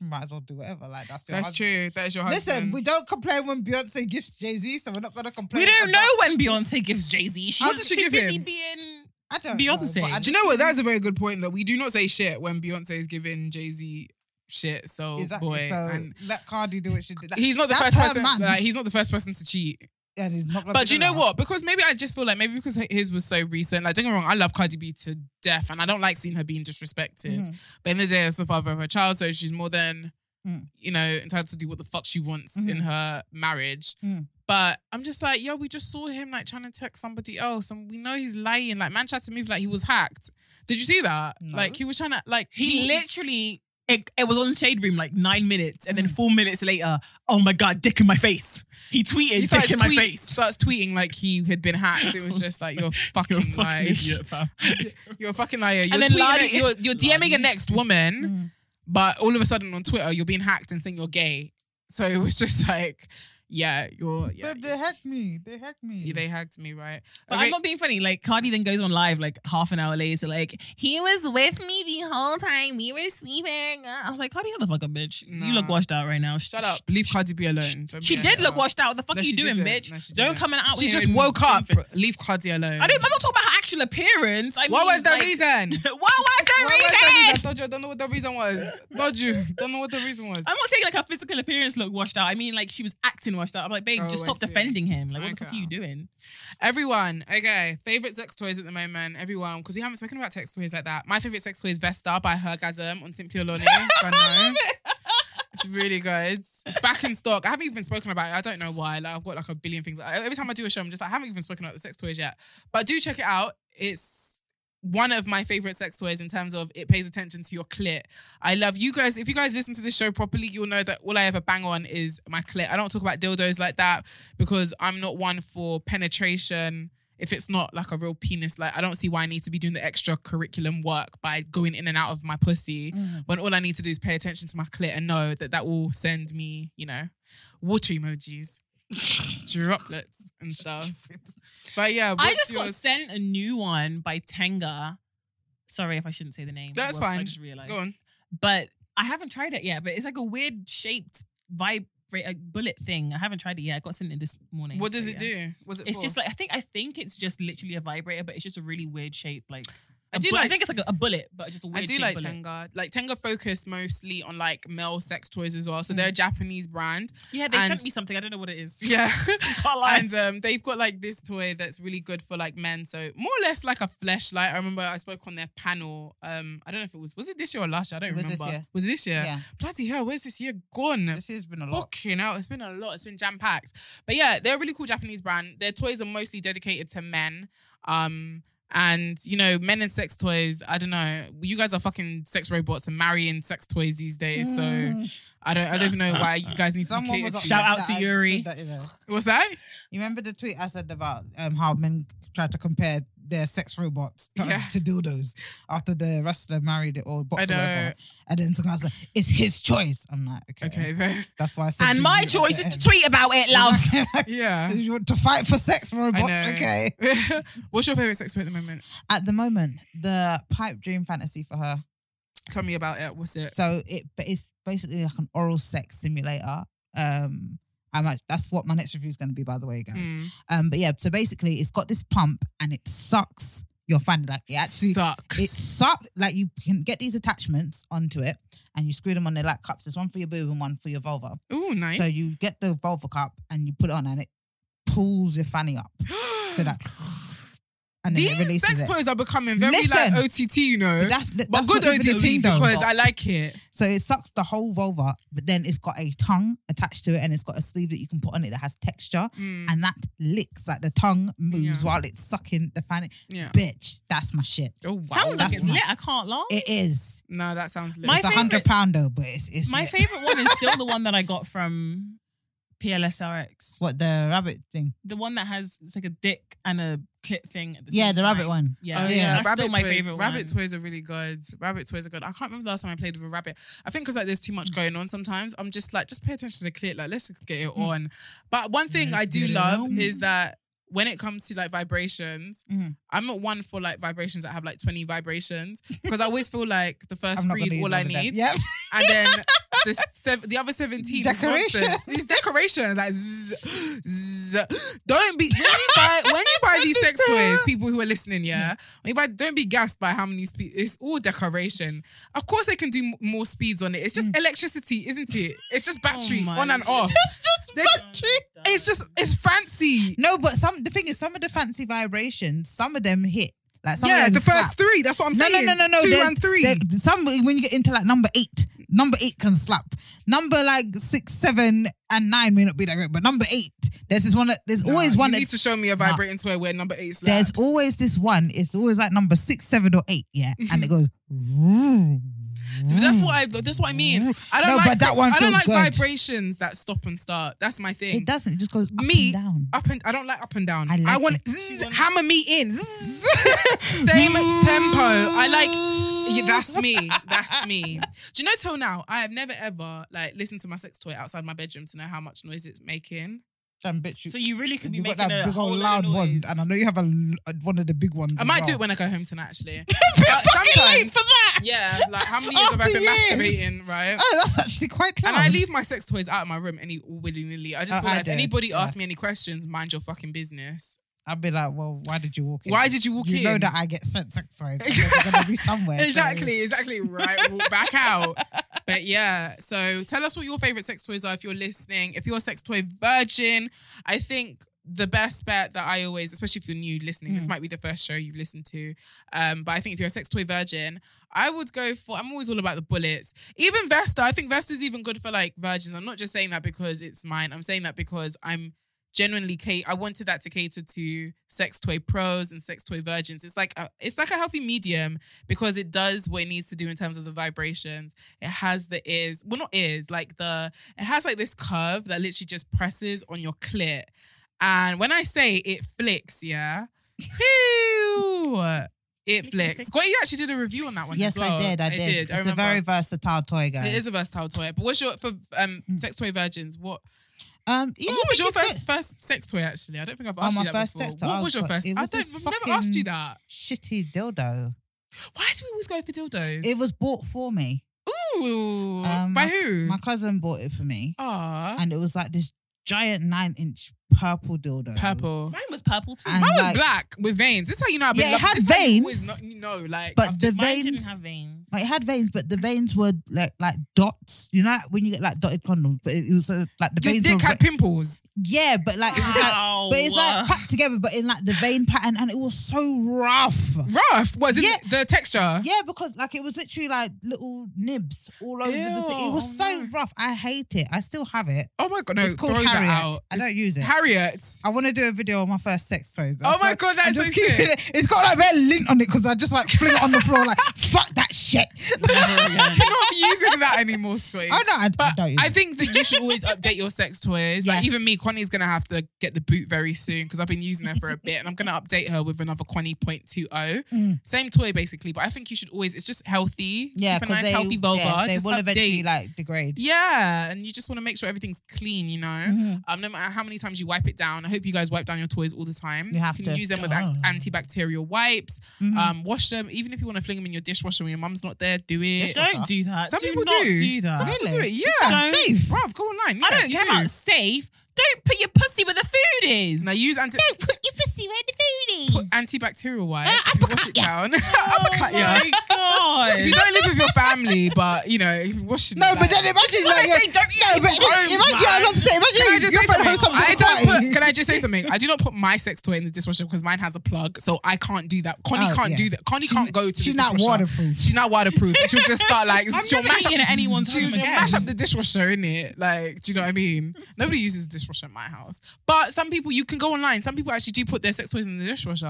might as well do whatever. Like that's your
That's
husband.
true. That is your husband.
Listen, we don't complain when Beyonce gifts Jay Z, so we're not gonna complain.
We don't
about-
know when Beyonce gives Jay Z. She
How
was
did she
too
give
busy
him?
being.
I don't
Beyonce.
Know, but I
Do
Do
just
you know what?
think-
That is a very good point. That we do not say shit when Beyonce is giving Jay Z shit. So
[laughs] Exactly.
boy,
so
and
let Cardi do what she did. Like,
he's not the
that's
first
her
person.
Man.
Like, he's not the first person to cheat.
and he's not gonna
But
be
do you
the
know
last.
what? Because maybe I just feel like maybe because his was so recent. Like, don't get me wrong, I love Cardi B to death, and I don't like seeing her being disrespected. But in the day, it's the father of her child, so she's more than
Mm.
you know entitled to do what the fuck she wants in
Mhm.
her marriage.
Mm.
But I'm just like, yo, we just saw him like trying to text somebody else, and we know he's lying. Like, man tried to move like he was hacked. Did you see that?
No.
Like, he was trying to like
He literally. It, it was on Shade Room like nine minutes, and then four minutes later, oh my god, dick in my face. He tweeted,
He
dick
starts,
in my
tweet-
face.
starts tweeting like he had been hacked. It was just like you're fucking,
[laughs] You're a fucking
like,
idiot, fam.
You're a fucking liar. You're,
And then Mm.
tweeting
Lani-
it- you're, you're DMing a next woman, but all of a sudden on Twitter, you're being hacked and saying you're gay. So it was just like, yeah, you're. Yeah,
But they hacked me. They hacked me.
you- they hacked me, right?
But
Okay,
I'm not being funny. Like Cardi then goes on live like half an hour later, like he was with me the whole time we were sleeping. Uh, I was like, Cardi, how the fuck up, bitch? You look
Nah.
washed out right now.
Shut up. Leave Cardi B alone. Don't
She
be
did
like
look
that.
washed out. What the fuck
No,
are you
she
doing,
didn't.
bitch?
No, she
Don't
didn't.
come out.
She
here
just
and-
woke up.
I didn't.
Leave Cardi alone.
I'm not talking about her actual appearance. I
What
mean,
was the
like-
reason?
[laughs] what was the
What was
reason?
I told you, I don't know what the reason was. Told you, don't know what the reason was.
I'm not saying like her physical appearance looked washed out. I mean like she was acting washed out. I'm like, babe,
Oh,
just
I
stop
see.
defending him. Like, what the fuck are
Okay.
you doing?
Everyone, okay, favorite sex toys at the moment. Everyone, because we haven't spoken about sex toys like that. My favorite sex toy is Vesta by Hergasm on Simply Alone. [laughs] I love it. It's really good. It's back in stock. I haven't even spoken about it. I don't know why. Like I've got like a billion things. I- Every time I do a show, I'm just like, I haven't even spoken about the sex toys yet. But do check it out. It's one of my favorite sex toys in terms of it pays attention to your clit. I love you guys. If you guys listen to this show properly, you'll know that all I ever bang on is my clit. I don't talk about dildos like that because I'm not one for penetration. If it's not like a real penis, like I don't see why I need to be doing the extra curriculum work by going in and out of my pussy
Mm.
when all I need to do is pay attention to my clit and know that that will send me, you know, water emojis, [laughs] droplets and
[laughs]
stuff. But yeah,
I
what's
just got
yours?
sent a new one by Tenga. Sorry if I shouldn't say the name.
That's
Well, 'cause I
fine.
just realized.
Go on.
But I haven't tried it yet. But it's like a weird shaped vibrate like bullet thing. I haven't tried it yet. I got sent it this morning.
What
so
does
yeah.
it do? Was it
It's
for?
just like I think I think it's just literally a vibrator, but it's just a really weird shape. Like
I
A
do
bu-
like.
I think it's like a, a bullet, but just a weird
I do
shaped
like
bullet.
Tenga. Like Tenga focus mostly on like male sex toys as well. So they're a
Mm.
Japanese
[laughs]
brand.
Yeah, they
And-
sent me something. I don't know what it is. [laughs]
[laughs] Yeah.
Can't lie.
and um, they've got like this toy that's really good for like men. So more or less like a fleshlight. I remember I spoke on their panel. Um, I don't know if it was was it this year or last year. I don't
It was this
remember.
year.
Was it this year?
Yeah.
Bloody hell, where's this year gone?
This has been a lot.
Fucking hell, it's been a lot. It's been jam packed. But yeah, they're a really cool Japanese brand. Their toys are mostly dedicated to men. Um, and you know, men and sex toys. I don't know. You guys are fucking sex robots and marrying sex toys these days. So I don't. I don't even know why you guys need to
Someone
be
was
catered
upset
to.
Shout out
that
to
I said
Yuri.
that, you know.
What's that?
You remember the tweet I said about um, how men tried to compare their sex robots to,
Yeah.
to dildos after the wrestler married it or boxer,
I know.
whatever. And then some guy's like, "It's his choice." I'm like, "Okay,
Okay, then. [laughs]
that's why." I said
And
to
my
you at
choice
the
is to
end.
tweet about it, love.
[laughs]
[laughs] Yeah.
You want to fight for sex
I
robots,
know.
okay?
[laughs] What's your favorite sex toy at the moment?
At the moment, the pipe dream fantasy for her.
Tell me about it. What's it?
So it, but it's basically like an oral sex simulator. Um, I might. That's what my next review is going to be, by the way, guys.
Mm.
Um, but yeah, so basically, it's got this pump and it sucks your fan. Like it actually
sucks.
It sucks. Like you can get these attachments onto it and you screw them on their like cups. There's one for your boob and one for your vulva.
Ooh, nice.
So you get the vulva cup and you put it on and it pulls your fanny up.
[gasps]
So that and then it
These
releases
sex
it.
toys are becoming very
Listen.
like OTT, you know.
But that's
but
that's
good
not even
OTT
the thing though.
because I like it.
So it sucks the whole vulva, but then it's got a tongue attached to it and it's got a sleeve that you can put on it that has texture
Mm.
and that licks like the tongue moves
Yeah.
while it's sucking the fanny.
Yeah.
Bitch, that's my shit.
Oh wow.
Sounds like
That's
it's
mad.
lit. I can't lie.
It is.
No, that sounds lit.
My
it's a
favourite-
hundred pound though, but it's it's
My
lit.
favorite one is still the one that I got from PLSRX.
[laughs] What the rabbit thing?
The one that has it's like a dick and a clit thing at the
Yeah,
same
the rabbit
time.
one.
Yeah,
Oh,
yeah.
that's
rabbit
still my
toys.
favorite one.
Rabbit toys are really good. Rabbit toys are good. I can't remember the last time I played with a rabbit. I think because like there's too much going on sometimes. I'm just like, just pay attention to the clip. Like, let's just get it on. But one thing I
Mm. Let's
do
get it
love
on.
is that when it comes to like vibrations,
Mhm.
I'm not one for like vibrations that have like 20 vibrations because I always feel like the first
I'm not
three
gonna
is
use
all
all
I
of them.
need.
Yep.
And then
[laughs]
the, sev- the other 17
Decoration.
decorations. It's decorations. Like, zzz, zzz. don't
[laughs]
be, when you buy, when you buy these sex toys, people who are listening, yeah, when you buy, don't be gassed by how many speeds. It's all decoration. Of course, they can do m- more speeds on it. It's just electricity, isn't it? It's just battery
my
on and off.
It's just
They-
battery.
It's just, it's fancy.
No, but some the thing is, some of the fancy vibrations, some of them hit. Like some
yeah,
of them
the first
slap.
three. That's what I'm
No, no,
saying.
no, no, no.
Two
there's-
and three.
there- some when you get into like number eight, number eight can slap. Number like six, seven, and nine may not be that great, but number eight, there's this one. That, there's
Nah,
always one.
You
That,
need to show me a vibrating toy where number eight
there's
slaps.
always this one. It's always like number six, seven, or eight. Yeah, and it
Mm-hmm.
goes. "Vroom,
So that's
vroom."
what I. That's what I mean. I don't
No,
like.
but that
sex-
one
I don't
feels
like
good.
vibrations that stop and start. That's my thing.
It doesn't. It just goes up and
me
down.
up and I don't like up and down. I,
I like
want
it.
zzz, hammer me
[laughs]
in. zzz. Same tempo. I like yeah,
[laughs]
that's me. That's me. Do you know till now I have never ever like listened to my sex toy outside my bedroom to know how much noise it's making.
Damn bitch. you-
So you really could be
you
making
got that
a
big
whole
old loud
noise.
one, and I know you have a l- one of the big ones.
I
as
might do
well. [laughs]
it when I go home tonight actually.
Bit
But
fucking
sometimes-
late for that.
yeah, like how many years have I been
After years.
masturbating, right?
Oh, that's actually quite loud.
And I leave my sex toys out of my room any willy nilly. I just
Oh,
feel like
I
if
do.
anybody
Yeah.
asks me any questions, mind your fucking business.
I'd be like, well, why did you walk in?
Why did you walk
You know
in?
that I get sent sex
[laughs]
toys. and They're going to be somewhere. so-
Exactly, exactly. Right, walk back out. But yeah, so tell us what your favorite sex toys are if you're listening. If you're a sex toy virgin, I think the best bet that I always, especially if you're new listening,
Mm.
this might be the first show you've listened to. Um, but I think if you're a sex toy virgin, I would go for. I'm always all about the bullets. Even Vesta, I think Vesta's even good for like virgins. I'm not just saying that because it's mine. I'm saying that because I'm genuinely Kate. I wanted that to cater to sex toy pros and sex toy virgins. It's like a, it's like a healthy medium because it does what it needs to do in terms of the vibrations. It has the ears, well not ears, like the it has like this curve that literally just presses on your clit. And when I say it flicks, yeah. Phew,
[laughs]
it flicks. Scott, you actually did a review on that one.
Yes,
as well.
I did. I did.
I
It's a
remember.
very versatile toy, guys. Mm.
it is a versatile toy. But what's your for um sex toy virgins? What
Um, yeah,
what
I
was
think
your
it's
first
good.
first sex toy? Actually, I don't think I've
Oh,
asked
my
you that
first
before.
sex toy?
What
Oh,
was your
God.
first?
It
I
was
don't.
this
I've never asked
fucking-
you that.
shitty dildo?
Why do we always go for dildos?
It was bought for me.
Ooh,
Um,
by who?
My cousin bought it for me,
Ah,
and it was like this giant nine-inch purple dildo.
Purple.
Mine was purple too.
And
Mine was
like-
black with veins. This is how you know I've been.
Yeah, it
lucky.
had
This is how you always
veins,
know- You know, like
but
I've
the
been-
Mine didn't
veins-
have veins.
Like, it had veins, but the veins were like like dots. You know like, when you get like dotted condoms, but it was uh, like the
your
veins
dick
were
had pimples.
yeah, but like it was like
Ow.
but it's like packed together, but in like the vein pattern, and it was so rough.
Rough was it
Yeah.
the texture?
Yeah, because like it was literally like little nibs all over the thing. It
Ew,
was
oh
so
no.
rough. I hate it. I still have it.
Oh my god, no!
it's called
throw
Harriet.
that out.
I
It's
don't use it. [laughs]
Harriet.
I want to do a video on my first sex toys.
Oh my God, that's
I'm just
so
keeping
sick.
it. It's got like bare lint on it because I just like fling it on the floor like fuck that
[laughs]
shit. [laughs]
I cannot be using that anymore, Scotty.
Oh no, I, I
But
don't. Use
I
it.
think that you
[laughs]
should always update your sex toys.
Yes.
Like even me, Connie's gonna have to get the boot very soon because I've been using her for a bit, and I'm gonna update her with another Connie 0.20. Same toy basically, but I think you should always. It's just healthy.
Mm. yeah,
Keep a
because
nice
they
healthy vulva.
yeah, they
just
will eventually
update.
like degrade.
Yeah, and you just want to make sure everything's clean, you know.
Mm-hmm.
Um, no matter how many times you wipe it down, I hope you guys wipe down your toys all the time.
You have
can
to. Mm-hmm.
use them with an-
Oh.
antibacterial wipes. Um, wash them, even if you want to fling them in your dishwasher when your mum's not there. Do it.
Don't do that.
Some
do
people
not
do.
that.
Some people do
Really?
it. Yeah,
Don't-
safe.
Bruv, go online.
I
Yeah,
don't
you
care
do.
about safe. Don't put your pussy where the
[laughs]
food is.
Now use anti.
put your pussy where the food
Put antibacterial wipes.
Uh,
if you wash it
[laughs]
down. uppercut ya.
Oh my
If you
god.
don't live with your family, but you know, if you wash it.
No, but
like-
then imagine
That's
like
what I
yeah,
say, don't eat
no,
anything
but
home,
imagine I'm not to say
Can I
imagine
just
your
say
friend
something?
hosts something
I don't
party.
put, can I just say something? I do not put my sex toy in the dishwasher because mine has a plug, so I can't do that. Connie
Oh,
can't
yeah.
do that. Connie
She's-
can't go to.
she's
the
not
dishwasher.
waterproof.
She's not waterproof. She'll just start like
[laughs]
I'm
she'll
never
mash up,
eating at anyone's home
she'll
again.
mash up the dishwasher in it. Like, do you know what I mean? Nobody uses the dishwasher in my house, but some people you can go online. Some people actually do put their sex toys in the dishwasher.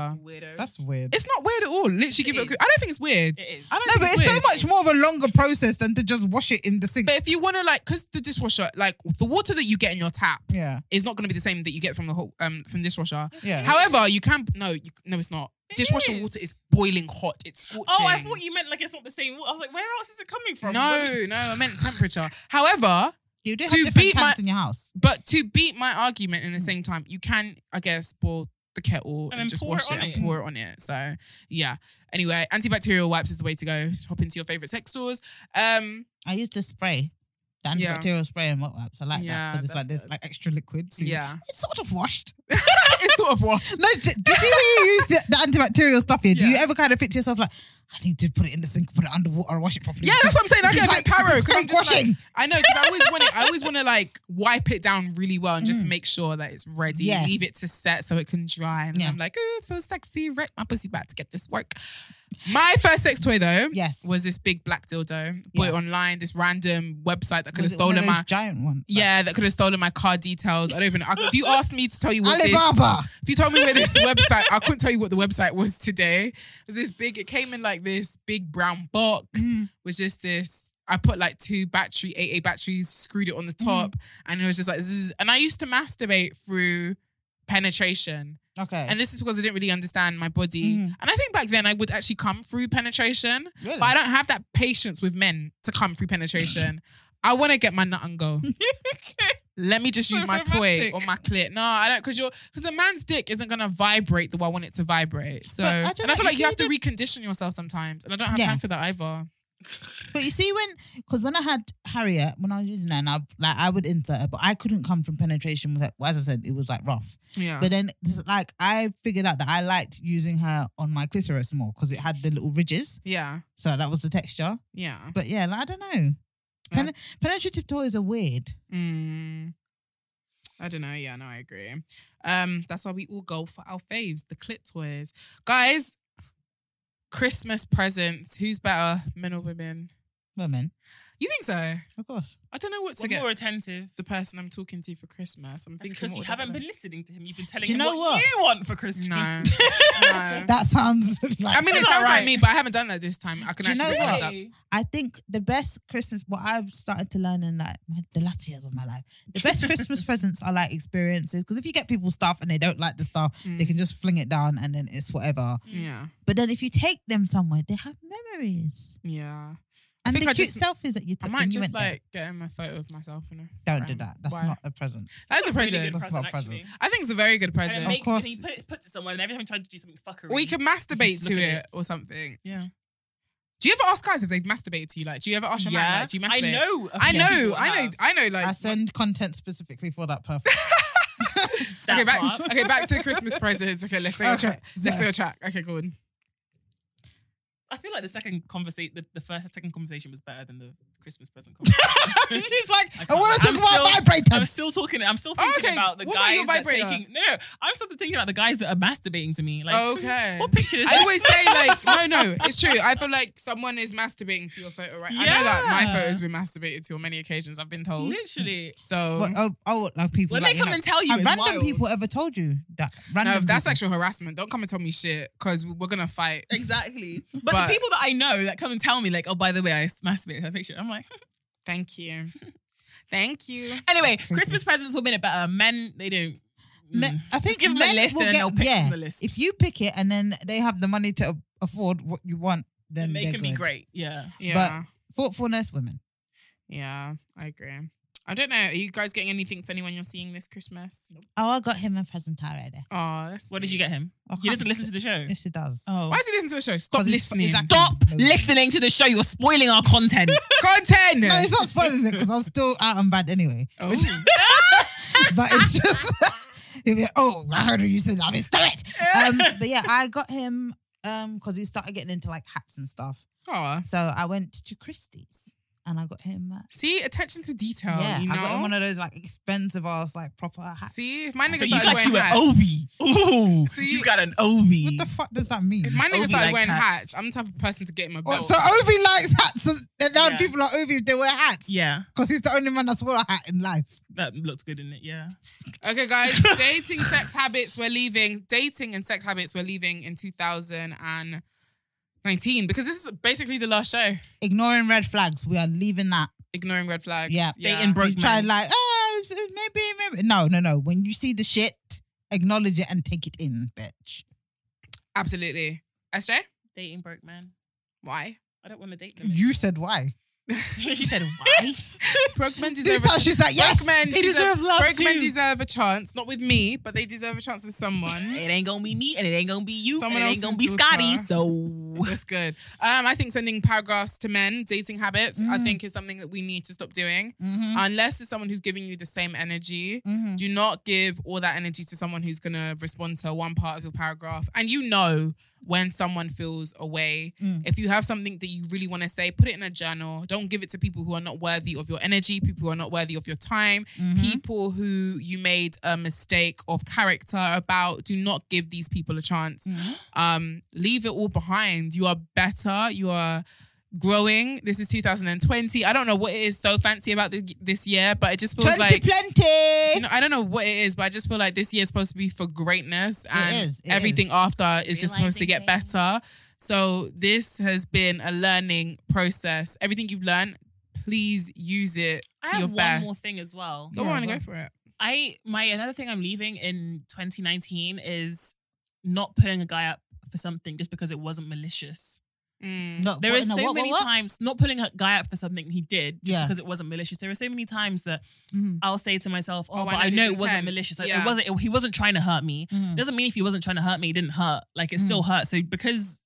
[laughs]
Weirdo.
That's weird.
It's not weird at all. Literally, give it. a
is.
go- I don't think it's weird.
It is.
I don't
No,
think
but it's
weird.
so much more of a longer process than to just wash it in the sink.
But if you want to, like, because the dishwasher, like, the water that you get in your tap
Yeah.
is not going to be the same that you get from the whole, um from dishwasher.
Yeah.
However, you can no, you, no, it's not. dishwasher
is.
water is boiling hot. It's scorching.
Oh, I thought you meant like it's not the same. I was like, where else is it coming from?
No, no, I meant temperature. However,
You do have
To
different
beat my-
pants in your house.
but to beat my argument in the same time, you can, I guess, boil the kettle and,
then
just
pour
wash
it
it,
on
and
it.
pour it on it. So yeah. Anyway, antibacterial wipes is the way to go. Hop into your favorite sex stores. Um, [laughs]
I use the spray, the
Yeah.
antibacterial spray and wet wipes. I like that
Yeah,
because it's like
that's
there's like extra liquid. so you-
Yeah.
It's sort of
[laughs]
washed.
it's sort of washed.
No, j- do you see when you use the, the antibacterial stuff here? Do you
Yeah.
ever kind of think to yourself like, I need to put it in the sink, put it underwater, wash it properly?
Yeah, that's what I'm saying. I
This
get
is
a
like-
bit paro.
this is
'cause I'm
fake
just like-
washing.
I know because I always want to. I always want to like wipe it down really well and just make sure that it's ready.
Mm. Yeah.
Leave it to set so it can dry. And then
Yeah.
I'm like, oh, feels sexy. Right, my pussy about to get this work. My first sex toy though,
Yes.
was this big black dildo. Bought it
Yeah.
online. This random website that could have
Was it one of
stolen
those
my.
giant one.
Yeah, that could have stolen my card details. I don't even. I, if you asked me to
[laughs]
tell you what
Alibaba.
this, if you told me where this website, I couldn't tell you what the website was today. It was this big. It came in like this big brown box. Was just this. I put like two battery AA batteries, screwed it on the top, and it was just like. Zzz. And I used to masturbate through penetration.
Okay.
And this is because I didn't really understand my body.
Mhm.
And I think back then I would actually come through penetration,
Really?
but I don't have that patience with men to come through penetration. I want to get my nut and
[laughs]
go. Let me just
So
use my
romantic.
toy or my clit. No, I don't, because you're because a man's dick isn't gonna vibrate the way I want it to vibrate. So,
But I
and I
don't
feel
know,
like
you
you have to
see
recondition yourself sometimes, and I don't have
Yeah.
time for that either.
But you see, when because when I had Harriet, when I was using her, and I like I would insert her, but I couldn't come from penetration with her. Well, as I said, it was like rough.
Yeah,
But then, just, like I figured out that I liked using her on my clitoris more because it had the little ridges,
yeah,
so that was the texture.
yeah.
But yeah, like, I don't know. Pen- Penetrative toys are weird.
Mm. I don't know. Yeah, no, I agree. Um, that's why we all go for our faves, the clit toys. Guys, Christmas presents. Who's better, men or women?
Women,
You think so? I
of course.
don't know what to
We're
get
more attentive.
the person I'm talking to for Christmas. I'm
That's
thinking
because
what
you
would
haven't
happen.
been listening to him. You've been telling
Do you
him
know
what,
what?
you want for Christmas. [laughs]
No. No.
That sounds. [laughs] Like,
I mean, it
It's
sounds
alright.
like me, but I haven't done that this time. I can
Do you
actually
know
pick
what?
it up.
Really?
I think the best Christmas, what I've started to learn in like my, the latter years of my life, the
[laughs]
best Christmas presents are like experiences. Because if you get people stuff and they don't like the stuff,
Mm.
they can just fling it down and then it's whatever.
Yeah,
But then if you take them somewhere, they have memories
yeah.
and the
think I
cute
just-
selfies that you
I
took.
might
when you
just
went there.
like get him a photo of myself. You know,
don't do that. That's not a present.
That's a
Really good
present.
That's not
present,
present.
actually.
I think it's a very good
And
present.
it makes
course.
and he put it, puts it somewhere, and every time he tries to do something fuckery,
Or you can masturbate
Just
to
look at
it,
it.
or something.
Yeah.
Do you ever ask guys if they've masturbated to you? Like, do you ever ask your man?
Yeah,
Like, do you
I
masturbate?
know. a
I
few
know.
people
I know.
have.
I know. Like,
I
[laughs]
send content specifically for that purpose. [laughs]
okay,
That
back,
part.
okay, back to Christmas presents.
[laughs]
Okay, let's stay on
Okay,
track. Let's stay
yeah.
on track. Okay, go on.
I feel like the second conversation, the, the first second conversation was better than the Christmas
[laughs]
present conversation.
She's like,
can't
I want
lie.
to
I'm
talk about
I'm
vibrators.
still talking. I'm still thinking
Okay,
about the
what about
guys
your
that
vibrator?
taking. No, no, I'm still thinking about the guys that are masturbating to me. Like,
Okay.
what pictures?
I always say like, no, no, it's true. I feel like someone is masturbating to your photo, right? I know that my
Yeah.
photo's been masturbated to on many occasions. I've been told.
[laughs] literally.
So
But, oh, oh, like people.
When
like,
they come
know,
and tell you,
have
it's
random
wild.
people ever told you that? Random
no, if that's
people.
sexual harassment, don't come and tell me shit because we're gonna fight.
Exactly. But,
But-
the people that I know that come and tell me, like, oh, by the way, I masturbated her picture. I'm like, [laughs]
Thank you. Thank you.
anyway, Christmas presents will be better. Men, they don't.
Me-
Mm.
I think
give 'em a
men
list
will
and
get,
they'll pick
yeah,
from the list.
If you pick it and then they have the money to afford what you want, then
They
they're
can be
good.
great. Yeah.
Yeah.
Thoughtfulness, women.
yeah, I agree. I don't know. Are you guys getting anything for anyone you're seeing this Christmas?
Oh, I got him a present already.
Oh, that's
What did you get him?
I
He doesn't
can't-
listen to the show.
Yes, it does.
Oh.
Why is he listening to the show? Stop
'Cause it's-
listening.
it's like-
Stop
No.
listening to the show. You're spoiling our content.
[laughs] Content.
No, [laughs] it's not spoiling it because I'm still out and bad anyway.
Oh.
Which- [laughs] but it's just, [laughs] He'll be like, oh, I heard you said that. Stop it. Um,
[laughs]
but yeah, I got him um because he started getting into like hats and stuff.
Aw.
So I went to Christie's and I got him. Uh,
See, attention to detail.
Oh,
yeah,
you
I got him
know?
one of those like expensive ass like proper hats.
See, if my nigga
so you
started
got
wearing
you an
hats.
Obi. Ooh,
See-
you got an Obi.
What the fuck does that mean?
If my nigga
Obi
started
likes
wearing hats.
hats.
I'm the type of person to get him a
What,
belt.
so Ovi likes hats, and and now
Yeah.
people like Ovi if they wear hats.
yeah,
Because he's the only man that's wore a hat in life.
that looked good in it. Yeah.
okay, guys,
[laughs]
dating sex habits we're leaving. Dating and sex habits we're leaving in 2019 because this is basically the last show.
Ignoring red flags, we are leaving that.
Ignoring red flags.
Yeah.
Dating broke
Try
men.
like, oh, it's- it's maybe, maybe. No, no, no. When you see the shit, acknowledge it and take it in, bitch.
Absolutely. SJ?
Dating broke man.
Why?
I don't want to date [laughs] them.
You said why?
she said [laughs] why?
Broke men
This
deserve
time she's like, yes.
Broke men
they deserve love
Broke men
too.
deserve a chance, not with me, but they deserve a chance with someone.
it ain't gonna be me, and it ain't gonna be you,
Someone
and it
else's
ain't gonna be
daughter.
Scotty. So
That's good. Um, I think sending paragraphs to men, dating habits, I think is something that we need to stop doing. Unless it's someone who's giving you the same energy, do not give all that energy to someone who's gonna respond to one part of your paragraph. And you know when someone feels away. If you have something that you really want to say, put it in a journal. Don't give it to people who are not worthy of your energy, people who are not worthy of your time, people who you made a mistake of character about. Do not give these people a chance um, leave it all behind. You are better. You are growing. This is 2020. I don't know what it is so fancy about the, this year, but it just feels
20
like.
plenty.
You know, I don't know what it is, but I just feel like this year is supposed to be for greatness, and
is, it
everything
is.
after is just supposed to get
Realizing things.
better. So this has been a learning process. Everything you've learned, please use it to
I
your
have one
best.
more thing as well.
Go
Yeah,
on,
go.
go for it.
I my another thing I'm leaving in 2019 is not putting a guy up for something just because it wasn't malicious.
Mm.
Look,
There
what
is
in the
so
what, what,
many
what?
times not pulling a guy up for something he did just
Yeah.
because it wasn't malicious. There are so many times that
Mhm.
I'll say to myself, "Oh,
Oh, I
but
know
I know,
his
it wasn't
intent.
malicious. Like,
Yeah.
It wasn't. It, he wasn't trying to hurt me.
Mhm.
Doesn't mean if he wasn't trying to hurt me, it didn't hurt. Like it
Mm-hmm.
still hurt. So because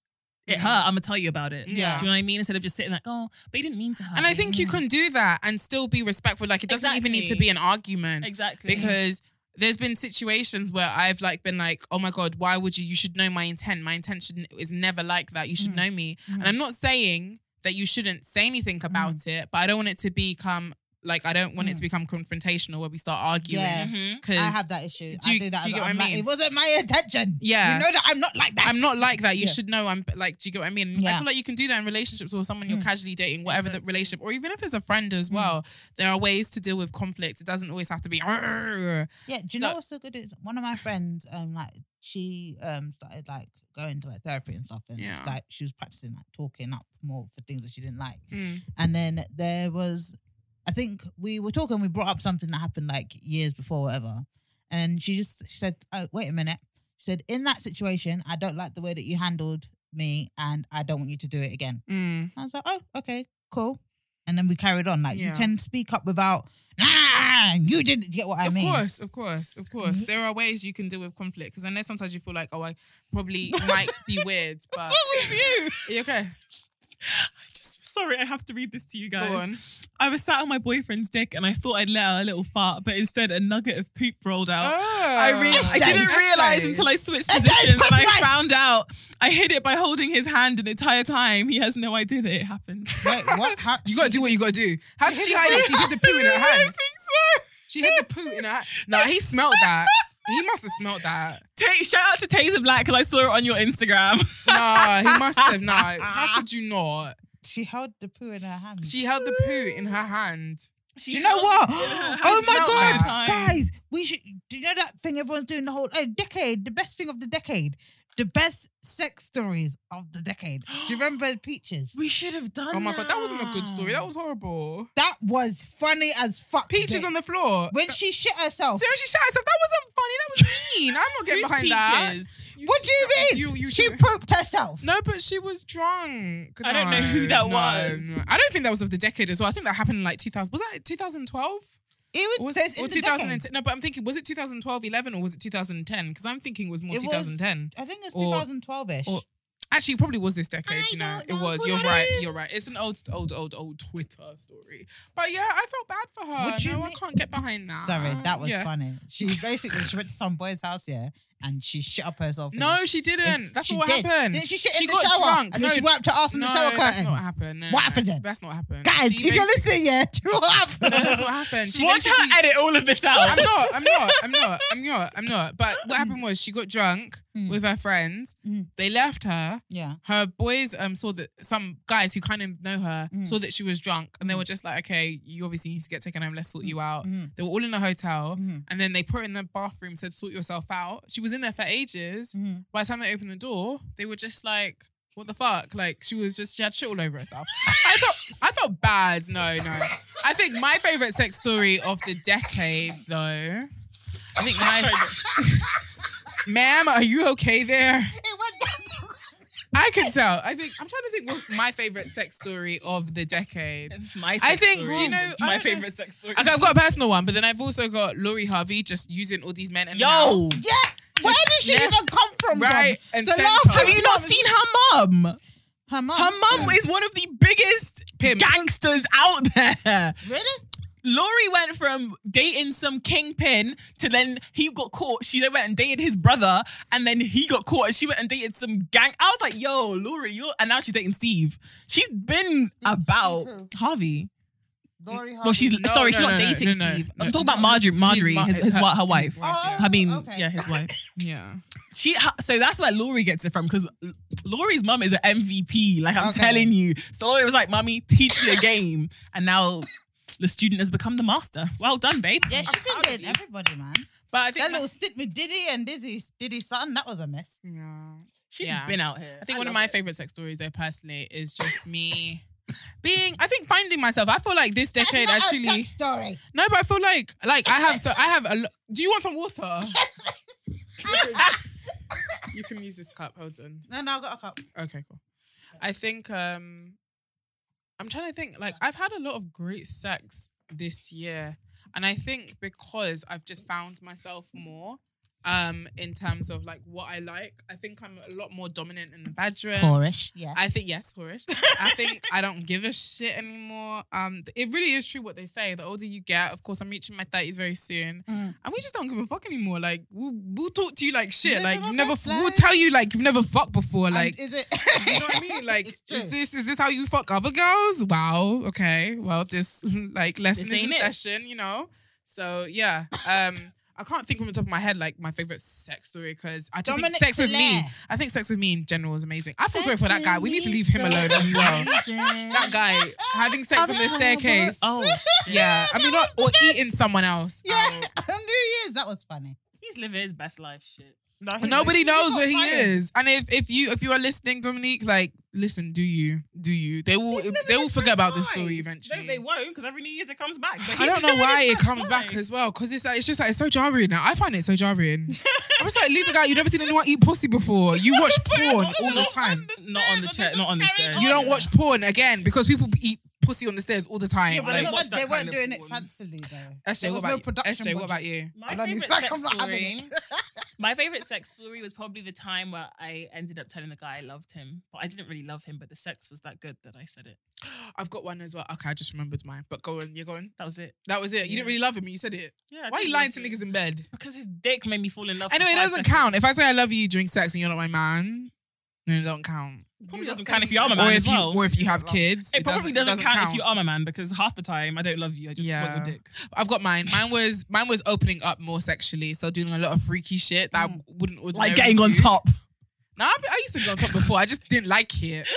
it hurt, I'm gonna tell you about it.
Yeah.
Do you know what I mean? Instead of just sitting like, "Oh, but he didn't mean to hurt."
And I
me."
think
Mm-hmm. Mm.
you can do that and still be respectful. Like it doesn't even need to
Exactly.
be an argument.
exactly
because there's been situations where I've like been like, oh my god, why would you? You should know my intent. My intention is never like that. You should
Mm.
know me.
Mm-hmm.
And I'm not saying that you shouldn't say anything
Mm.
about it, but I don't want it to become like I don't want it to become confrontational where we start
Yeah.
arguing. Mm-hmm.
Mhm.
Because
I have that issue.
Do you-
I do that.
do
a
you get
lot.
what I
I'm like,
mean?
it wasn't my intention.
Yeah.
You know that I'm not like that.
I'm not like that. You
Yeah.
should know I'm like, do you get what I mean? I
Yeah.
feel like you can do that in relationships or someone you're casually dating, whatever the relationship, or even if it's a friend as well. There are ways to deal with conflict. It doesn't always have to be.
Yeah, do you
So-
know what's so good is one of my friends, um, like she um started like going to like therapy and stuff, and it's
Yeah.
like she was practicing like talking up more for things that she didn't like. And then there was, I think we were talking, we brought up something that happened like years before, whatever. And she just she said, "Oh, wait a minute." She said, "In that situation, I don't like the way that you handled me, and I don't want you to do it again."
Mm.
I was like, "Oh, okay, cool." And then we carried on. Like
Yeah.
you can speak up without, ah, you didn't get what I
of
mean.
course, of course, of course. There are ways you can deal with conflict because I know sometimes you feel like, oh, I probably might be weird, but
with you?
Are you okay?
I just Sorry, I have to read this to you guys.
Go on.
I was sat on my boyfriend's dick and I thought I'd let out a little fart, but instead a nugget of poop rolled out.
Oh.
I, re- I didn't realize until I switched
Oh, That's
positions and I
copyright.
found out. I hid it by holding his hand the entire time. He has no idea that it
[laughs]
happened.
Wait,
[laughs]
what? How,
You gotta do what you gotta do. How did she hide it? She hid the poo in her
I [laughs]
hand.
think so.
She hid the poo in her hand. Nah, he smelt that. He must have smelt that.
Ta- shout out to Taser Black because I saw it on
[laughs]
your Instagram.
Nah, he must
[laughs]
have. Nah, how could you not?
she held the poo in her hand.
She held the poo in her hand.
do you know what? Oh my
smelled
god,
that.
guys, we should. Do you know that thing everyone's doing the whole oh, decade? The best thing of the decade, the best sex stories of the decade. Do you
[gasps]
remember peaches?
We should have done
Oh my god, that wasn't a good story. That was horrible.
that was funny as fuck.
Peaches
Dick.
on the Uh, floor.
when she shit herself.
Seriously, shut herself. That wasn't funny. That was mean. I'm not getting
Who's
behind that.
Peaches?
What do you mean?
uh, You- you-
she
you-
pooped herself.
No, but she was drunk.
I don't know
No,
who that
no,
was.
no. I don't think that was of the decade as well. I think that happened in like 2000. Was that 2012?
It
Or
was,
Was,
says
or
in the decade.
2010? No, but I'm thinking, was it 2012, 11, or was it 2010? Because I'm thinking it was more
It was-
2010.
I think it's
Or-
2012 ish.
or- Actually, it probably was this decade, you know.
don't
It
know
was.
who
You're
that
right.
is.
You're right. It's an old, old, old, old Twitter story. But yeah, I felt bad for her.
Would you
no,
make-
I can't get behind that.
Sorry, that was
Yeah.
funny. She basically she went to some boy's house here and she shit up herself. in
No,
the-
she didn't. That's
she
not what
did.
happened.
Didn't she shit in the
got
shower?
drunk.
And then she wiped her ass in the
no,
shower
That's
curtain.
not what happened. No, no,
What
no.
happened then?
That's not happened.
Guys,
She
if you're
basi-
listening, yeah, [laughs] do what
No,
happened?
[laughs] that's what happened. She
Watch
basically-
her edit all of this out.
I'm not. I'm not. I'm not. I'm not. I'm not. But what happened was she got drunk
Mm.
with her friends.
Mm.
They left her.
yeah.
Her boys um saw that some guys who kind of know her
Mm.
saw that she was drunk, and they were just like, "Okay, you obviously need to get taken home. Let's sort you out."
Mhm.
They were all in a hotel,
Mhm.
and then they put her in the bathroom, said, "Sort yourself out." She was in there for ages.
Mhm.
By the time they opened the door, they were just like. What the fuck? Like she was just she had shit all over herself. I felt I felt bad. No, no. I think my favorite sex story of the decade, though, I think my [laughs] ma'am, are you okay there? I can tell. I think I'm trying to think what's my favorite sex story of the decade.
my
I think, do you know-
It's
I
my
don't know.
favorite sex story.
Okay, I've got a personal one, but then I've also got Laurie Harvey just using all these men. And
Yo,
Yeah. Where did she
left,
even come from?
right,
Bob?
and
the
center.
last
have
six
you not
months-
seen her mum?
her mum?
Her mum is one of the biggest
Pimps.
gangsters out there.
really?
Laurie went from dating some kingpin to then he got caught. She then went and dated his brother, and then he got caught, and she went and dated some gang. I was like, "Yo, Laurie, you're," and now she's dating Steve. She's been about
who?
Harvey.
Dory
Well, she's
No,
sorry,
no,
she's not
no, no,
dating
no, no,
Steve.
no.
I'm talking about Marjorie, Marjorie,
Mar-
his, his,
her- Oh,
wi- her wife.
his wife, yeah.
I mean,
okay.
yeah, his wife.
Yeah.
She ha- so that's where Laurie gets it from because Laurie's mum is an MVP. Like I'm
Okay.
telling you, so Laurie was like, "Mummy, teach me a game," and now the student has become the master. Well done, babe.
Yeah, she's been dating everybody, man.
But I think
That
my-
little stint with Diddy and Diddy's Diddy's son, that was a mess.
yeah.
She's
Yeah.
been out here.
I think one of my favorite sex stories, though, personally, is just me being. I think finding myself. I feel like this decade
That's not a
actually.
sex story.
No, but I feel like like I have so I have a. lo- Do you want
[laughs]
some water? you can use this cup. Hold on.
No, no, I got a cup.
Okay, cool. I think um I'm trying to think like I've had a lot of great sex this year and I think because I've just found myself more um in terms of like what I like. I think I'm a lot more dominant in the bedroom.
Horish. Yeah.
I think yes, Horish. I think I don't give a shit anymore. Um, th- it really is true what they say. The older you get, of course, I'm reaching my thirties very soon,
Mm.
and we just don't give a fuck anymore. Like we'll, we'll talk to you like shit.
Living
like
my
you've never,
best
we'll
life.
tell you like you've never fucked before. Like
is it?
[laughs] you know what I
[laughs]
mean? Like,
it's true.
is this is this how you fuck other girls? Wow. Okay. Well, this [laughs] like lesson
This
is in
ain't it.
session, you know. So yeah. Um, I can't think from the top of my head like my favorite sex story because I just
Dominic
think sex with me.
Soler.
I think sex with me in general is amazing. I feel sorry for that guy. We need to leave him alone as well.
[laughs]
That guy having sex on the staircase.
Oh,
[laughs]
shit.
Yeah, I
that
mean, not,
was
or
the best.
eating someone else.
Yeah, [laughs] on New Year's that was funny.
he's living his best life. Shit.
But nobody knows
got
where he
fired.
is. And if, if you if you are listening, Dominique, like listen, do you do you? They will they will forget about this story eventually.
No, they won't because every New Year's it comes back. But
[laughs]
I don't know why it comes back as well because it's like, it's just like it's so jarring. Now I find it so
[laughs]
jarring. I'm just like leave the guy. You've never seen anyone eat pussy before. You
[laughs]
watch porn all the time.
Not on the chair. Not on the chair.
You don't watch porn again because people eat pussy on the stairs all the time.
Yeah, but
like,
they,
watch
weren't-
that
they
kind
weren't
of
doing it
porn.
fancily though.
SJ,
there
what
was
about
no
you?
production.
SJ, what
budget.
about you?
My
And on
favorite
his
sex
side,
[laughs]
I'm not having
story.
it.
My favorite sex story was probably the time where I ended up telling the guy I loved him, but I didn't really love him. But the sex was that good that I said it.
I've got one as well. Okay, I just remembered mine. But go on, you're going.
That was it.
That was it. You didn't really love him. You said it.
Yeah, I
Why are you
didn't
lying
love
to
you.
niggas in bed?
Because his dick made me fall in love. for
I know it
five
doesn't
seconds.
count. If I say I love you during sex and you're not my man, then it don't count.
Probably
You're
doesn't
not
count if
saying
you are my
that.
or
man
if
as well.
you or if you have kids,
it, probably doesn't, count, if you are my man because half the time I don't love you. I just want
Yeah.
your dick.
I've got mine. Mine was mine was opening up more sexually, so doing a lot of freaky shit that
Mm.
I wouldn't ordinarily
Like getting on
do.
top. [laughs]
No, I, I used to be on top before. I just didn't like it.
So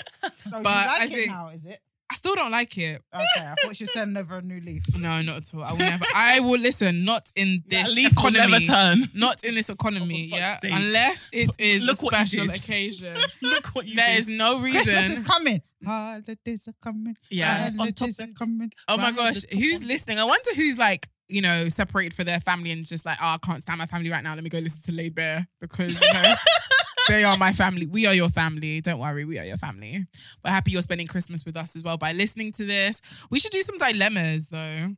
But
you like
I
it
think-
now, is
[laughs]
it?
I still don't like it.
Okay, I thought she was turning over a new leaf.
No, not at all. I will never. I will listen. Not
[laughs]
in
That
this
leaf will
economy.
never turn.
Not in this economy.
Oh, [laughs] for
yeah,
fuck's sake.
unless it is
Look
a
what you
special
did.
occasion.
Look what [laughs] you
There
did.
is no
Christmas is
[laughs] reason.
coming. Holidays are coming.
Yeah.
On top
Holidays are coming.
Oh my
Right at
gosh,
the top
who's
of-
listening? I wonder who's like you know separated for their family and just like oh I can't stand my family right now. Let me go listen to Laid Bear because
[laughs]
you know. They are my family. We are your family. Don't worry, we are your family. We're happy you're spending Christmas with us as well by listening to this. We should do some dilemmas though.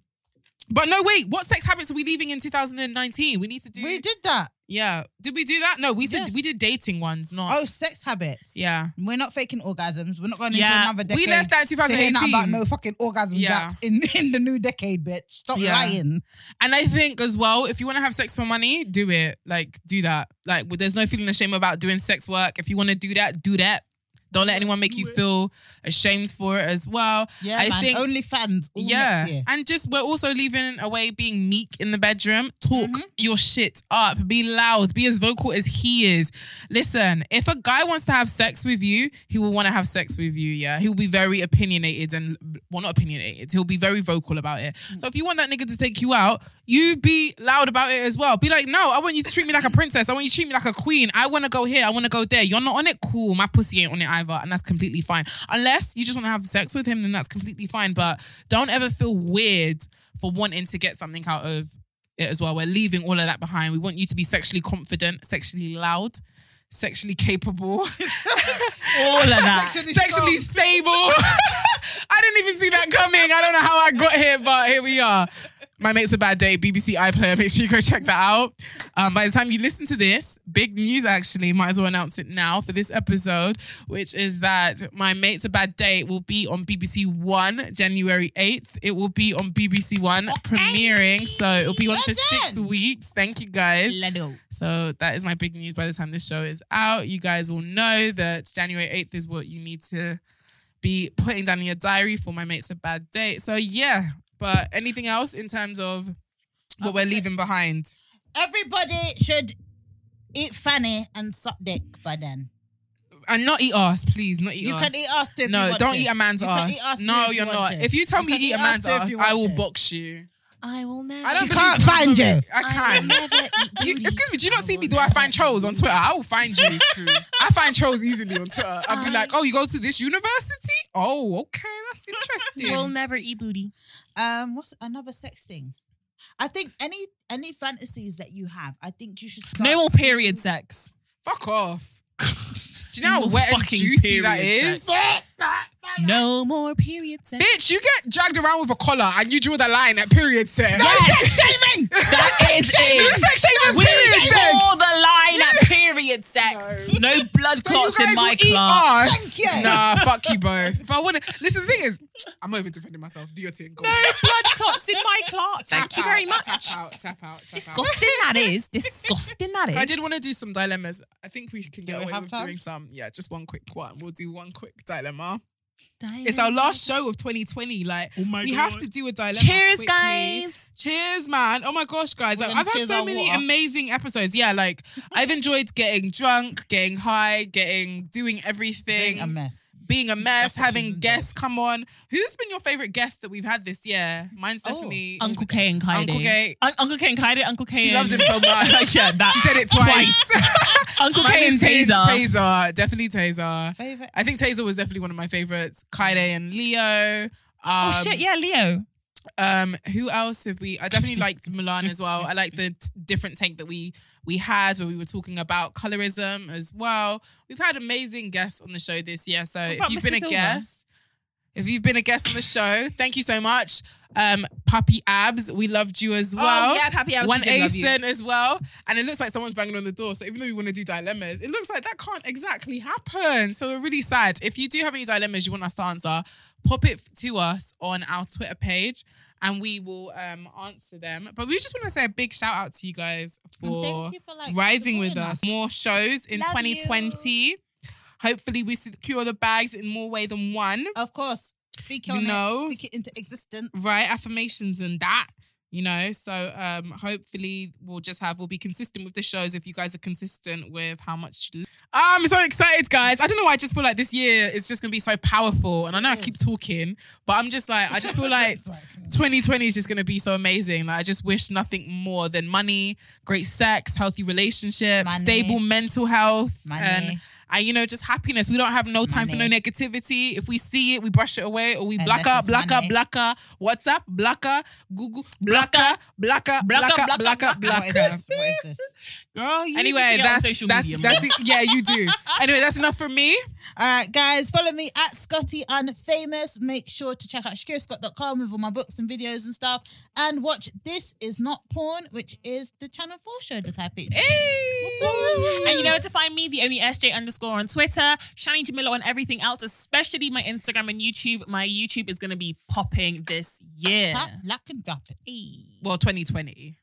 But no, wait. What sex habits are we leaving in 2019? We need to do.
We did that.
Yeah. Did we do that? No, we said
Yes.
we did dating ones, not.
Oh, sex habits.
yeah.
We're not faking orgasms. We're not going
Yeah.
into another decade.
We left that in
to hear
2018.
nothing about no fucking orgasm
Yeah.
gap in, [laughs] in the new decade, bitch. Stop
Yeah.
lying.
And I think as well, if you want to have sex for money, do it. Like, do that. Like, w- there's no feeling ashamed about doing sex work. If you want to do that, do that. Don't let anyone make you feel ashamed for it as well.
Yeah,
I
man.
think-
Only fans. All
yeah.
Next year.
And just, we're also leaving away being meek in the bedroom. Talk
Mm-hmm.
your shit up. Be loud. Be as vocal as he is. Listen, if a guy wants to have sex with you, he will want to have sex with you. Yeah. He'll be very opinionated and, well, not opinionated. He'll be very vocal about it.
Mm.
So if you want that nigga to take you out, you be loud about it as well. Be like, no, I want you to treat me like a princess. I want you to treat me like a queen. I want to go here. I want to go there. You're not on it. Cool. My pussy ain't on it either. And that's completely fine. Unless you just want to have sex with him, then that's completely fine. But don't ever feel weird for wanting to get something out of it as well. We're leaving all of that behind. We want you to be sexually confident, sexually loud, sexually capable, [laughs]
All of that.
Sexually
sexually stable. [laughs] I didn't even see that coming. I don't know how I got here, but here we are. My mate's a bad day. BBC iPlayer. Make sure you go check that out. Um, by the time you listen to this, big news actually. Might as well announce it now for this episode, which is that my mate's a bad day will be on BBC One January eighth. It will be on BBC One premiering, so it'll be on for six weeks. Thank you guys.
Ledo.
So that is my big news by the time this show is out. You guys will know that January 8th is what you need to be putting down in your diary for my mate's a bad day. So yeah, but anything else in terms of
Oh,
what we're leaving behind?
Everybody should eat fanny and suck dick by then.
And not eat ass, please. Not eat
You
ass.
can eat ass too if you
no,
want
don't
to.
eat a man's
You can
ass.
eat ass too
no,
if you
you're
want
not.
to.
If you tell me
can
you eat a man's
too if
ass,
you
I
want
will
to.
box you.
I will never.
I don't
She
believe
can't
you.
find you.
I
[laughs]
can. [laughs] You, excuse me, do you not see me? Do I find trolls on Twitter? I will find you. I find trolls easily on Twitter. I'll be like, oh, you go to this university? Oh, okay, that's interesting.
We'll never eat booty.
Um, what's another sex thing? I think any any fantasies that you have, I think you should. Start
No more period sex.
Fuck off. Do you know how
No
wet and
fucking
juicy that
period
is? [laughs]
No more period sex.
Bitch, you get dragged around with a collar and you draw the line at period sex.
No sex
[laughs]
shaming. That is
No
it.
sex shaming,
We
period sex.
draw the line
[laughs]
at period sex. No, blood
So you
clots in
guys
my
will eat
club.
arse.
Thank you.
Nah, fuck you both. If I want to, listen. The thing is, I'm not even defending myself. Do your thing. Go.
[laughs] No blood clots in my clots. Thank you
Tap
very
out,
much.
Tap out, tap out, tap out.
Disgusting that is. Disgusting that is.
I did want to do some dilemmas. I think we can get
we
away
have
with
time?
doing some. Yeah, just one quick one. We'll do one quick dilemma. It's
Mm-hmm.
our last show of 2020. Like,
Oh my
we
God.
have to do a dilemma.
Cheers,
quickly.
guys.
Cheers, man. Oh my gosh, guys. Like,
gonna
I've had
cheers
so
our
many
water.
amazing episodes.
[laughs]
Yeah, like, I've enjoyed getting drunk, getting high, getting, doing everything,
being a mess.
being a mess,
That's what she's
having
enjoyed.
guests come on. Who's been your favorite guest that we've had this year? Mine's
Oh,
definitely
Uncle K and Kaide.
Uncle K.
Un- Uncle K and Kaide. Uncle K.
She
and-
loves him
[laughs]
[laughs]
so much.
yeah, that.
She said it twice. [laughs]
[laughs] Uncle
Mine
K and
is Taser.
Taser.
Taser, definitely Taser.
Favorite.
I think Taser was definitely one of my favorites. Kaide and Leo. Um,
Oh shit! Yeah, Leo.
Um, who else have we? I definitely liked Milan as well. I like the t- different take that we we had where we were talking about colorism as well. We've had amazing guests on the show this year. So
What
if
about
you've
Mr.
been a
Silver?
guest, if you've been a guest on the show, thank you so much. Um, Puppy Abs, we loved you as
Oh,
well.
yeah, Puppy Abs, we
One
did love you.
ASIN as well. And it looks like someone's banging on the door. So even though we want to do dilemmas, it looks like that can't exactly happen. So we're really sad. If you do have any dilemmas you want us to answer, pop it to us on our Twitter page and we will um, answer them. But we just want to say a big shout out to you guys for,
thank you for, like,
rising with
supporting
us. More shows in
Love
2020. Hopefully, we secure the bags in more way than one
Of course. Speak
You
on
know.
it. Speak it into existence.
right affirmations and that you know so um hopefully we'll just have we'll be consistent with the shows if you guys are consistent with how much you i'm so excited guys i don't know why i just feel like this year is just gonna be so powerful and i know i keep talking but i'm just like i just
[laughs]
feel like 2020 is just gonna be so amazing like i just wish nothing more than money great sex healthy relationships
Money.
stable mental health
Money.
and and you know just happiness we don't have no time for no
Money.
negativity if we see it we brush it away or we
And
block
this
up
is
block up
money.
block blocker, WhatsApp, blocker, Google, blocker, blocker, blocker,
blocker,
blocker,
What is
blocker.
this? What is this?
Girl, you
Anyway,
need to get on
that's
social
that's
media,
that's
man.
it. yeah, you do.
[laughs]
Anyway, that's enough for
[laughs]
me.
All right, guys, follow me at Scotty Unfamous. Make sure to check out ShakiraScott.com with all my books and videos and stuff. And watch This Is Not Porn, which is the Channel 4 show that I feature.
[laughs] And you know where to find me, the only SJ underscore on Twitter, Shani Jamila on everything else, especially my Instagram and YouTube. My YouTube is going to be popping this year.
Pop, lock, and drop it.
Hey,
Well, 2020.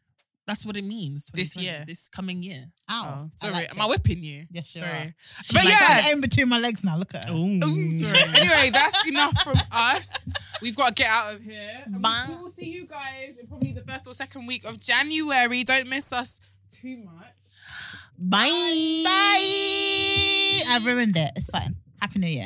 That's what it means.
This
2020,
year.
This coming year.
Ow.
Oh, sorry,
Oh, I liked
am I
it.
whipping you?
Yes, you
sorry.
are.
But
Like,
yeah,
I'm in between my legs now. Look at her.
Ooh, sorry. [laughs] anyway, that's enough from us. We've got to get out of here. And
Bye.
We will see you guys in probably the first or second week of January. Don't miss us too much.
Bye.
Bye. I ruined it. It's fine. Happy New Year.